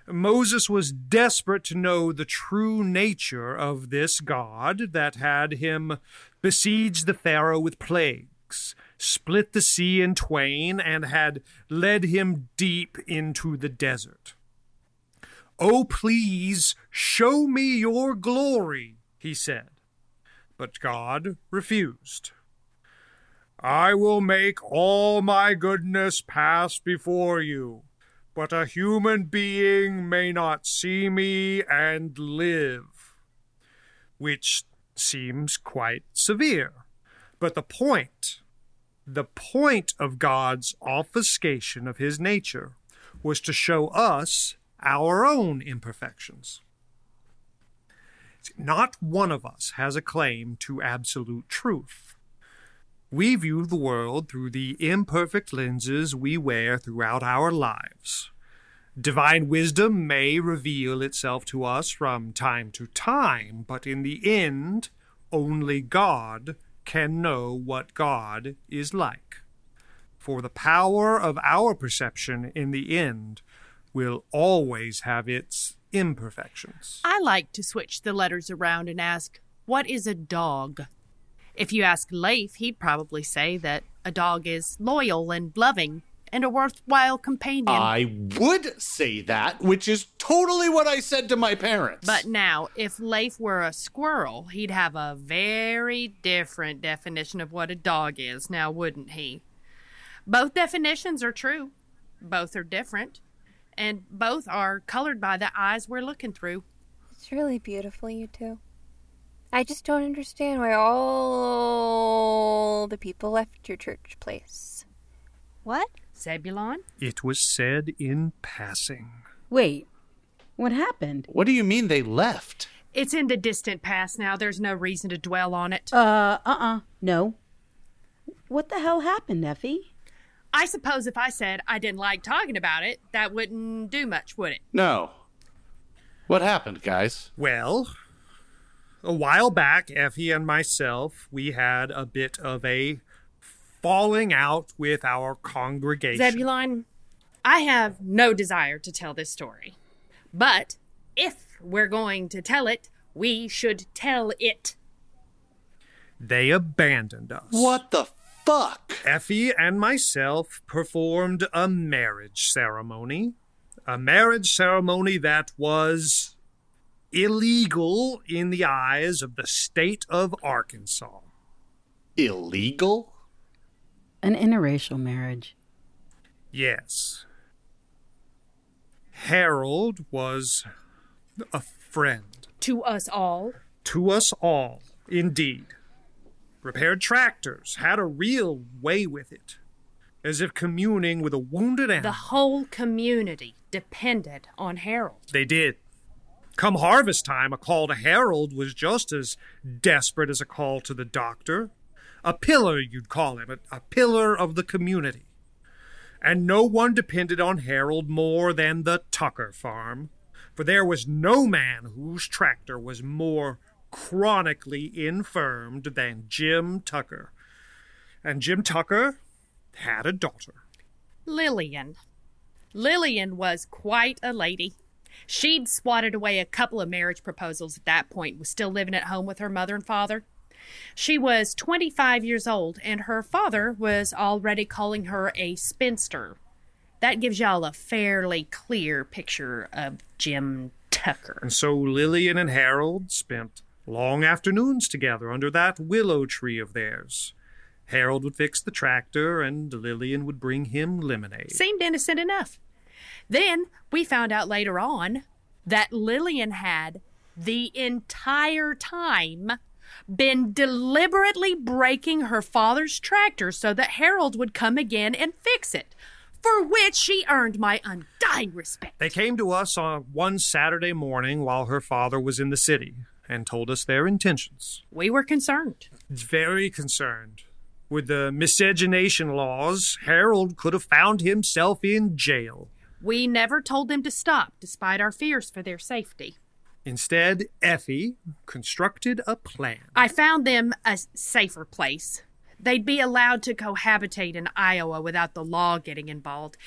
E: Moses was desperate to know the true nature of this God that had him besiege the Pharaoh with plagues, split the sea in twain, and had led him deep into the desert. Oh, please, show me your glory, he said. But God refused. I will make all my goodness pass before you, but a human being may not see me and live. Which seems quite severe. But the point, the point of God's obfuscation of his nature was to show us our own imperfections. Not one of us has a claim to absolute truth. We view the world through the imperfect lenses we wear throughout our lives. Divine wisdom may reveal itself to us from time to time, but in the end, only God can know what God is like. For the power of our perception in the end will always have its imperfections.
G: I like to switch the letters around and ask, What is a dog? If you ask Leif, he'd probably say that a dog is loyal and loving and a worthwhile companion.
D: I would say that, which is totally what I said to my parents.
G: But now, if Leif were a squirrel, he'd have a very different definition of what a dog is, now wouldn't he? Both definitions are true, both are different, and both are colored by the eyes we're looking through.
F: It's really beautiful, you two. I just don't understand why all the people left your church place.
C: What?
G: Zebulon?
E: It was said in passing.
I: Wait, what happened?
D: What do you mean they left?
G: It's in the distant past now. There's no reason to dwell on it.
I: Uh, uh uh no. What the hell happened, Effie?
G: I suppose if I said I didn't like talking about it, that wouldn't do much, would it?
D: No. What happened, guys?
E: Well, a while back, Effie and myself, we had a bit of a falling out with our congregation.
G: Zebulon, I have no desire to tell this story. But if we're going to tell it, we should tell it.
E: They abandoned us.
D: What the fuck?
E: Effie and myself performed a marriage ceremony. A marriage ceremony that was illegal in the eyes of the state of Arkansas.
D: Illegal?
I: An interracial marriage.
E: Yes. Harold was a friend
G: To us all.
E: to us all, indeed. Repaired tractors, had a real way with it, as if communing with a wounded animal.
G: The whole community depended on Harold.
E: They did. Come harvest time, a call to Harold was just as desperate as a call to the doctor. A pillar, you'd call him, a, a pillar of the community. And no one depended on Harold more than the Tucker farm, for there was no man whose tractor was more chronically infirmed than Jim Tucker. And Jim Tucker had a daughter.
G: Lillian. Lillian was quite a lady. She'd swatted away a couple of marriage proposals at that point, and was still living at home with her mother and father. She was 25 years old, and her father was already calling her a spinster. That gives y'all a fairly clear picture of Jim Tucker.
E: And so Lillian and Harold spent long afternoons together under that willow tree of theirs. Harold would fix the tractor, and Lillian would bring him lemonade.
G: Seemed innocent enough. Then we found out later on that Lillian had the entire time been deliberately breaking her father's tractor so that Harold would come again and fix it, for which she earned my undying respect.
E: They came to us on one Saturday morning while her father was in the city and told us their intentions.
G: We were concerned.
E: Very concerned. With the miscegenation laws, Harold could have found himself in jail.
G: We never told them to stop, despite our fears for their safety.
E: Instead, Effie constructed a plan.
G: I found them a s- safer place. They'd be allowed to cohabitate in Iowa without the law getting involved.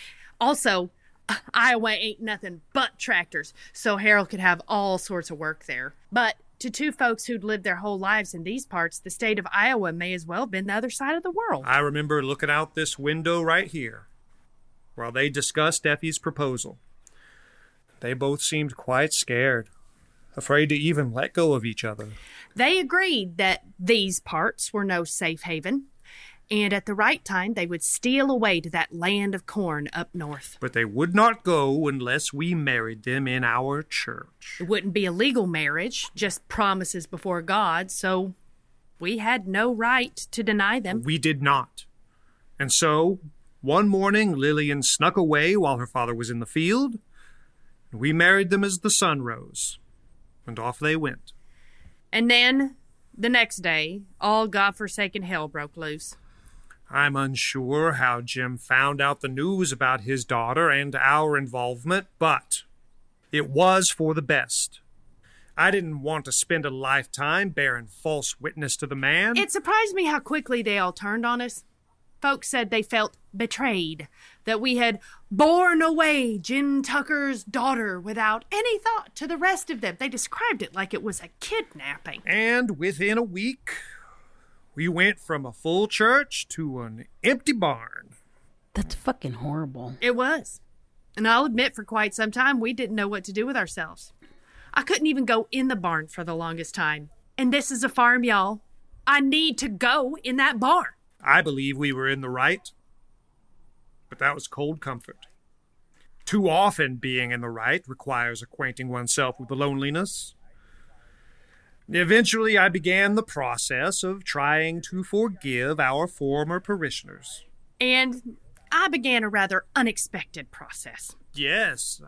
G: Also, [LAUGHS] Iowa ain't nothing but tractors, so Harold could have all sorts of work there. But to two folks who'd lived their whole lives in these parts, the state of Iowa may as well have been the other side of the world.
E: I remember looking out this window right here while they discussed Effie's proposal. They both seemed quite scared, afraid to even let go of each other.
G: They agreed that these parts were no safe haven. and at the right time they would steal away to that land of corn up north.
E: But they would not go unless we married them in our church.
G: It wouldn't be a legal marriage, just promises before God, so we had no right to deny them.
E: We did not. And so, one morning, Lillian snuck away while her father was in the field. and We married them as the sun rose. And off they went.
G: And then the next day, all godforsaken hell broke loose.
E: I'm unsure how Jim found out the news about his daughter and our involvement, but it was for the best. I didn't want to spend a lifetime bearing false witness to the man.
G: It surprised me how quickly they all turned on us. Folks said they felt betrayed, that we had borne away Jim Tucker's daughter without any thought to the rest of them. They described it like it was a kidnapping.
E: and within a week, we went from a full church to an empty barn.
I: That's fucking horrible.
G: It was. And I'll admit, for quite some time, we didn't know what to do with ourselves. I couldn't even go in the barn for the longest time. And this is a farm, y'all. I need to go in that barn.
E: I believe we were in the right, but that was cold comfort. Too often being in the right requires acquainting oneself with the loneliness. Eventually, I began the process of trying to forgive our former parishioners.
G: And I began a rather unexpected process.
E: Yes,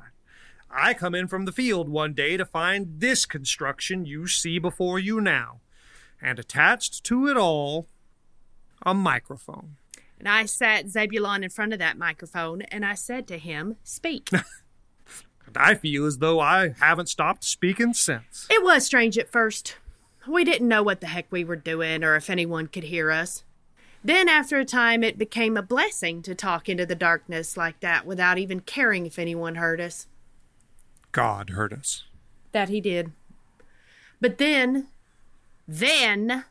E: I come in from the field one day to find this construction you see before you now, and attached to it all, a microphone.
G: And I sat Zebulon in front of that microphone and I said to him, Speak.
E: And I feel as though I haven't stopped speaking since.
G: it was strange at first. We didn't know what the heck we were doing or if anyone could hear us. Then, after a time, it became a blessing to talk into the darkness like that without even caring if anyone heard us.
E: God heard us.
G: That he did. But then, then,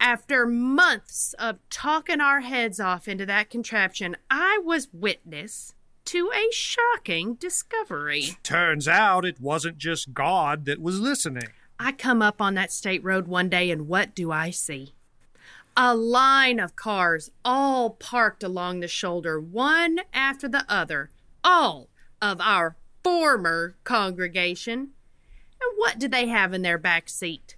G: after months of talking our heads off into that contraption, I was witness to a shocking discovery.
E: Turns out it wasn't just God that was listening.
G: I come up on that state road one day, and what do I see? A line of cars, all parked along the shoulder, one after the other, all of our former congregation. And what did they have in their back seat?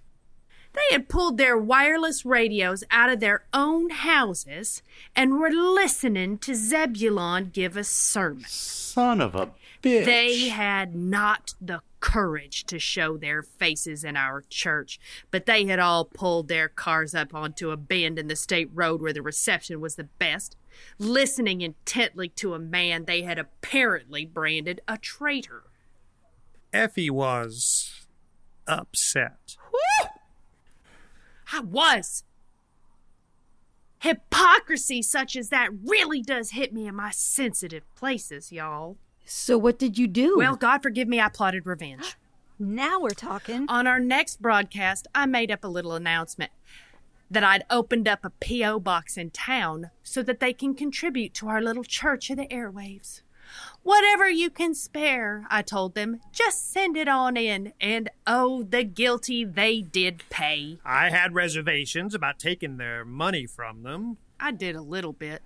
G: They had pulled their wireless radios out of their own houses and were listening to Zebulon give a sermon.
D: Son of a bitch.
G: They had not the courage to show their faces in our church, but they had all pulled their cars up onto a bend in the state road where the reception was the best, listening intently to a man they had apparently branded a traitor.
E: Effie was upset.
G: Woo! I was. Hypocrisy such as that really does hit me in my sensitive places, y'all.
I: So what did you do?
G: Well, God forgive me, I plotted revenge.
C: Now we're talking.
G: On our next broadcast, I made up a little announcement that I'd opened up a P.O. box in town so that they can contribute to our little church of the airwaves. Whatever you can spare, I told them, just send it on in. And oh, the guilty they did pay.
E: I had reservations about taking their money from them.
G: I did a little bit.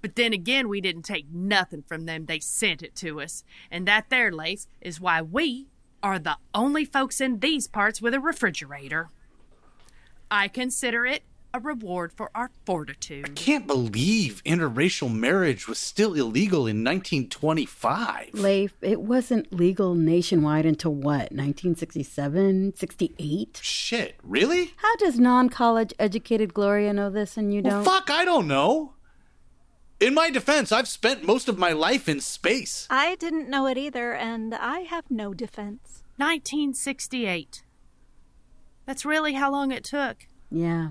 G: But then again, we didn't take nothing from them. They sent it to us. And that there, Leif, is why we are the only folks in these parts with a refrigerator. I consider it a reward for our
D: I
G: fortitude.
D: can't believe interracial marriage was still illegal in 1925.
I: Leif, it wasn't legal nationwide until what, 1967, 68?
D: Shit, really?
I: How does non college educated Gloria know this and you
D: Well,
I: don't?
D: fuck, I don't know. In my defense, I've spent most of my life in space.
C: I didn't know it either, and I have no defense.
G: 1968. That's really how long it took.
I: Yeah.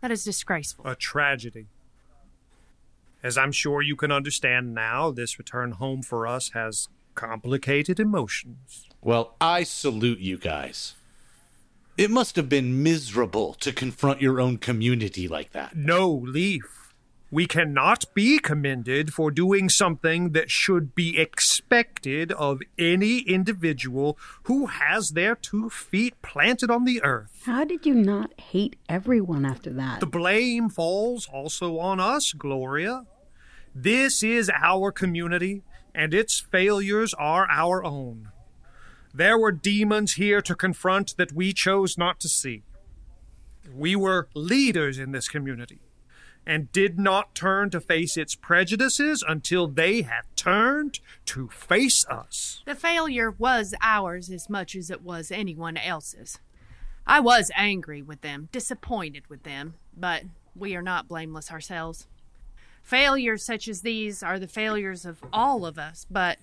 G: That is disgraceful.
E: A tragedy. As I'm sure you can understand now, this return home for us has complicated emotions.
D: Well, I salute you guys. It must have been miserable to confront your own community like that.
E: No, Leaf. We cannot be commended for doing something that should be expected of any individual who has their two feet planted on the earth.
I: How did you not hate everyone after that?
E: The blame falls also on us, Gloria. This is our community, and its failures are our own. There were demons here to confront that we chose not to see. We were leaders in this community and did not turn to face its prejudices until they had turned to face us.
G: The failure was ours as much as it was anyone else's. I was angry with them, disappointed with them, but we are not blameless ourselves. Failures such as these are the failures of all of us, but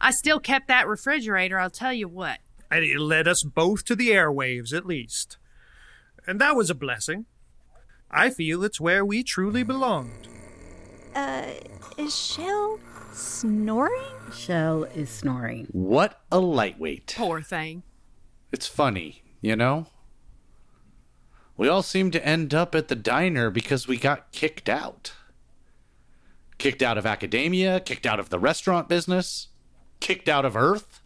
G: I still kept that refrigerator, I'll tell you what.
E: And it led us both to the airwaves, at least. And that was a blessing. I feel it's where we truly belonged.
C: Uh, is Shell snoring?
I: Shell is snoring.
D: What a lightweight.
G: Poor thing.
D: It's funny, you know? We all seem to end up at the diner because we got kicked out. Kicked out of academia, kicked out of the restaurant business, kicked out of Earth,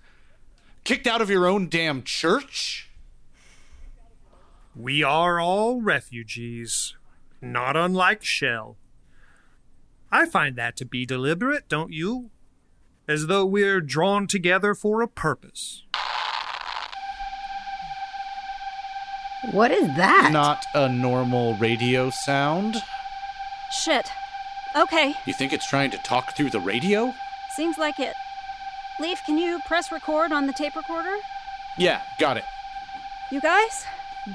D: kicked out of your own damn church.
E: We are all refugees, not unlike Shell. I find that to be deliberate, don't you? As though we're drawn together for a purpose.
I: What is that?
D: Not a normal radio sound.
C: Shit. Okay,
D: You think it's trying to talk through the radio?
C: seems like it. Leaf, can you press record on the tape recorder?
D: Yeah, got it.
C: You guys,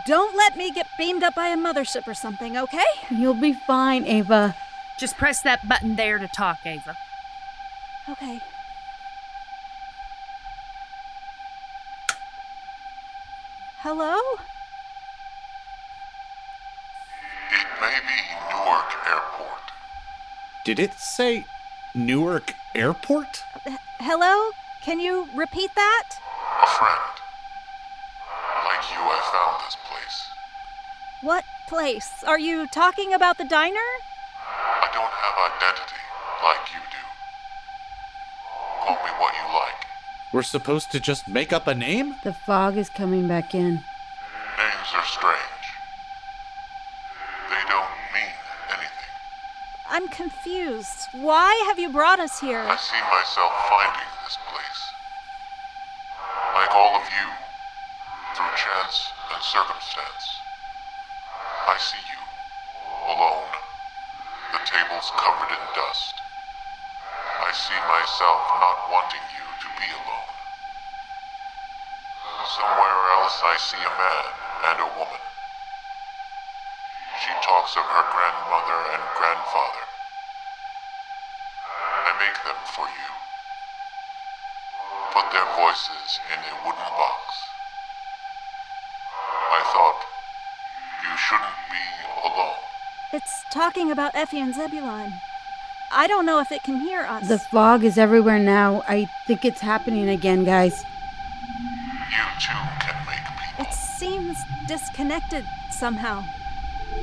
C: don't let me get beamed up by a mothership or something, okay?
I: You'll be fine, Ava.
G: Just press that button there to talk, Ava.
C: Okay. Hello?
K: It may be Newark Airport.
D: Did it say Newark Airport?
C: H- Hello? Can you repeat that?
K: A friend. Like you, I found this place.
C: What place? Are you talking about the diner?
K: I don't have identity like you do. Call me what you like.
D: We're supposed to just make up a name?
I: The fog is coming back in.
K: Names are strange. They don't mean anything.
C: I'm confused. Why have you brought us here?
K: I see myself finding this place. Like all of you, through chance and circumstance. I see you, alone. The table's covered in dust. I see myself not wanting you to be alone. Somewhere else I see a man and a woman. She talks of her grandmother and grandfather. I make them for you. Put their voices in a wooden box. I thought you shouldn't be alone.
C: It's talking about Effie and Zebulon. I don't know if it can hear us.
I: The fog is everywhere now. I think it's happening again, guys.
K: You too can make people.
C: It seems disconnected somehow.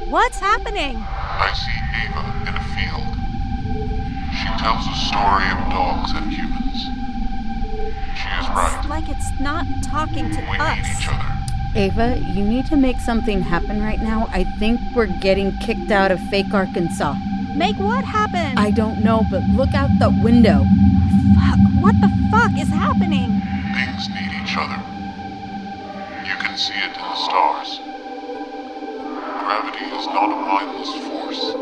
C: What's happening?
K: I see Ava in a field. She tells a story of dogs and humans. She is
C: It's
K: right.
C: like it's not talking to
K: We need
C: us.
K: each other.
I: Ava, you need to make something happen right now. I think we're getting kicked out of fake Arkansas.
C: Make what happen?
I: I don't know, but look out the window.
C: fuck. What the fuck is happening?
K: Things need each other. You can see it in the stars. Gravity is not a mindless force,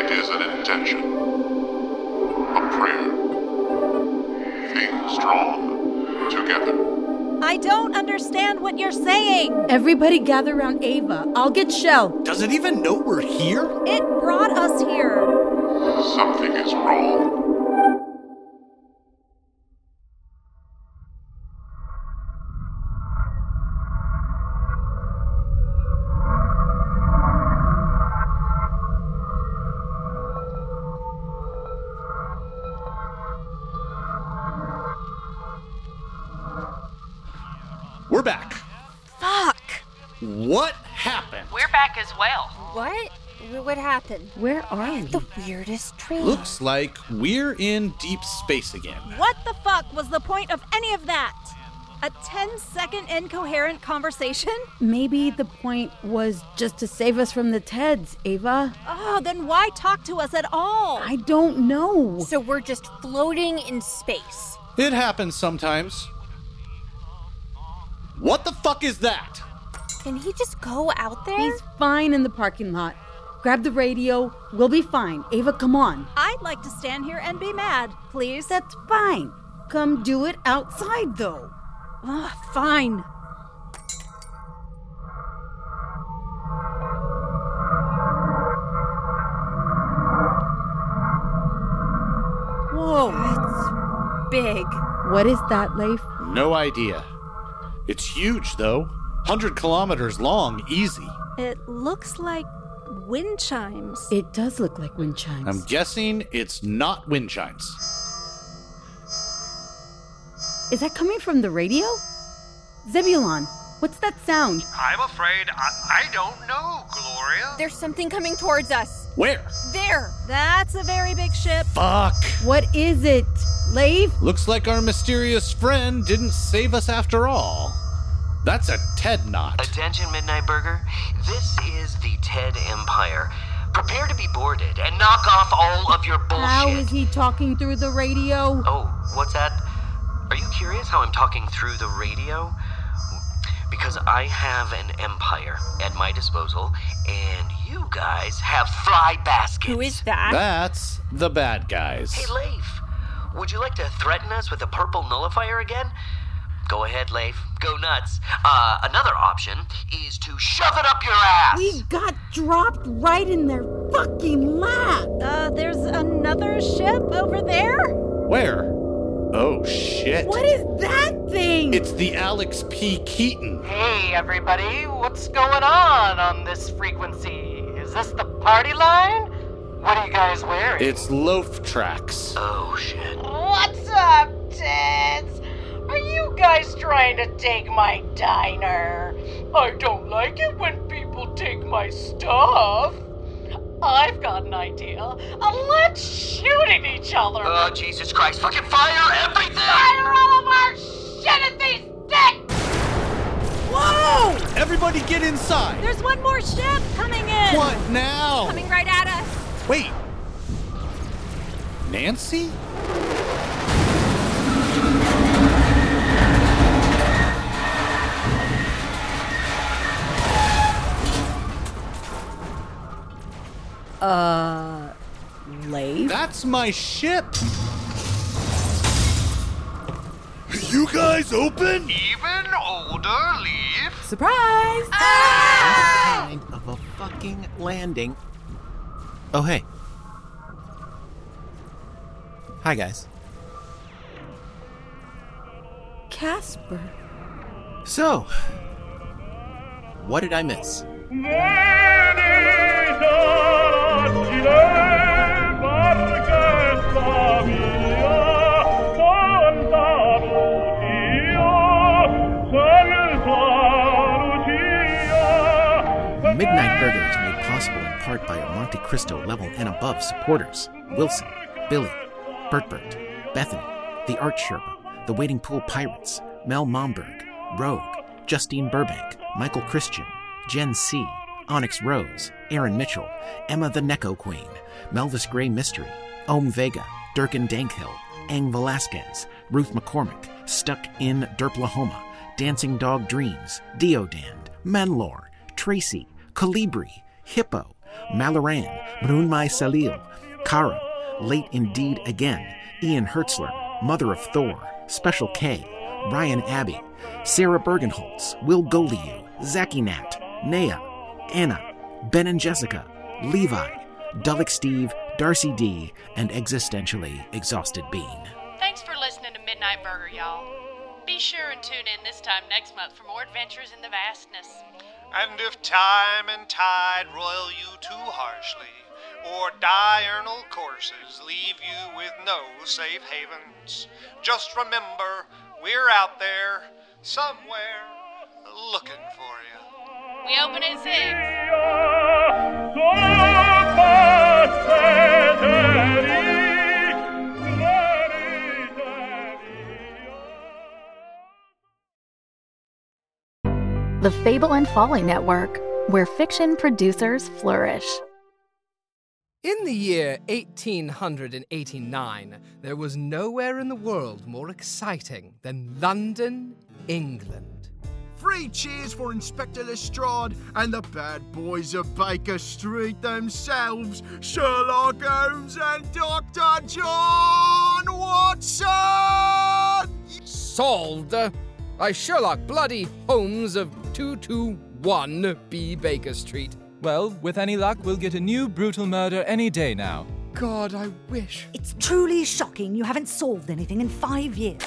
K: it is an intention, a prayer. Things drawn together.
C: I don't understand what you're saying.
I: Everybody gather around Ava. I'll get Shell.
D: Does it even know we're here?
C: It brought us here.
K: Something is wrong.
D: We're back.
C: Fuck.
D: What happened?
G: We're back as well.
F: What? Wh- What happened?
I: Where are we?
F: The weirdest tree.
D: Looks like we're in deep space again.
C: What the fuck was the point of any of that? A 10 second incoherent conversation?
I: Maybe the point was just to save us from the Teds, Ava.
C: Oh, then why talk to us at all?
I: I don't know.
F: So we're just floating in space.
D: It happens sometimes. What the fuck is that?
F: Can he just go out there?
I: He's fine in the parking lot. Grab the radio. We'll be fine. Ava, come on.
C: I'd like to stand here and be mad, please.
I: That's fine. Come do it outside, though.
C: Ugh, Ah, fine.
I: Whoa.
F: Big.
I: What is that, Leif?
D: No idea. It's huge, though. 100 kilometers long, easy.
C: It looks like wind chimes.
I: It does look like wind chimes.
D: I'm guessing it's not wind chimes.
I: Is that coming from the radio? Zebulon, what's that sound?
L: I'm afraid I, I don't know, Gloria.
F: There's something coming towards us.
D: Where?
F: There.
C: That's a very big ship.
D: Fuck.
I: What is it? Leif?
D: Looks like our mysterious friend didn't save us after all. That's a Ted knot.
M: Attention, Midnight Burger. This is the Ted Empire. Prepare to be boarded and knock off all of your bullshit.
I: How is he talking through the radio?
M: Oh, what's that? Are you curious how I'm talking through the radio? Because I have an empire at my disposal, and you guys have fly baskets.
F: Who is that?
D: That's the bad guys.
M: Hey, Leif, would you like to threaten us with a purple nullifier again? Go ahead, Leif. Go nuts. Uh, another option is to shove it up your ass.
I: We got dropped right in their fucking lap.
C: Uh, there's another ship over there?
D: Where? Oh, shit.
I: What is that thing?
D: It's the Alex P. Keaton.
N: Hey, everybody, what's going on on this frequency? Is this the party line? What are you guys wearing?
D: It's Loaf Tracks.
M: Oh, shit.
N: What's up, Teds? Are you guys trying to take my diner? I don't like it when people take my stuff. I've got an idea. Uh, let's shoot at each other.
M: Oh, Jesus Christ. Fucking fire everything!
N: Fire all of our shit at these dicks!
I: Whoa!
D: Everybody get inside!
C: There's one more ship coming in.
D: What now?
C: Coming right at us.
D: Wait. Nancy?
I: Uh, Leif?
D: That's my ship! You guys open?
L: Even older Leaf.
I: Surprise!
A: Kind of a fucking landing. Oh, hey. Hi, guys.
I: Casper.
A: So, what did I miss? Midnight Burger is made possible in part by our Monte Cristo level and above supporters Wilson, Billy, Bert Bert, Bethany, The Art Sherpa, The Waiting Pool Pirates, Mel Momberg, Rogue, Justine Burbank, Michael Christian, Jen C., Onyx Rose, Aaron Mitchell, Emma the Neko Queen, Melvis Gray Mystery, Ohm Vega, Durkin Dankhill, Ang Velasquez, Ruth McCormick, Stuck in Derplahoma, Dancing Dog Dreams, Diodand, Manlore, Tracy, Calibri, Hippo, Malaran, Brunmai Salil, Kara, Late Indeed Again, Ian Hertzler, Mother of Thor, Special K, Brian Abbey, Sarah Bergenholtz, Will Goliu, Zaki Nat, Nea, Anna, Ben and Jessica, Levi, Dullick Steve, Darcy D, and existentially exhausted Bean.
O: Thanks for listening to Midnight Burger, y'all. Be sure and tune in this time next month for more adventures in the vastness.
L: And if time and tide roil you too harshly, or diurnal courses leave you with no safe havens, just remember we're out there, somewhere, looking for you.
O: We open at 6.
L: Oh!
J: the Fable and Folly Network, where fiction producers flourish.
P: In the year 1889, there was nowhere in the world more exciting than London, England.
Q: Three cheers for Inspector Lestrade and the bad boys of Baker Street themselves, Sherlock Holmes and Dr. John Watson!
P: Solved by Sherlock Bloody Holmes of 221B Baker Street.
R: Well, with any luck, we'll get a new brutal murder any day now.
P: God, I wish.
S: It's truly shocking you haven't solved anything in five years.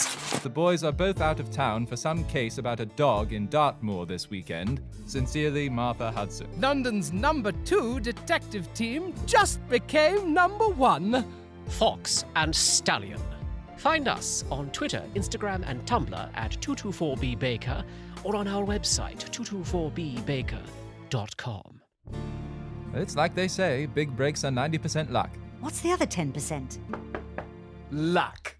R: The boys are both out of town for some case about a dog in Dartmoor this weekend. Sincerely, Martha Hudson.
P: London's number two detective team just became number one.
T: Fox and Stallion. Find us on Twitter, Instagram, and Tumblr at 224bbaker or on our website, 224bbaker.com.
R: It's like they say big breaks are 90% luck.
S: What's the other 10%?
P: Luck.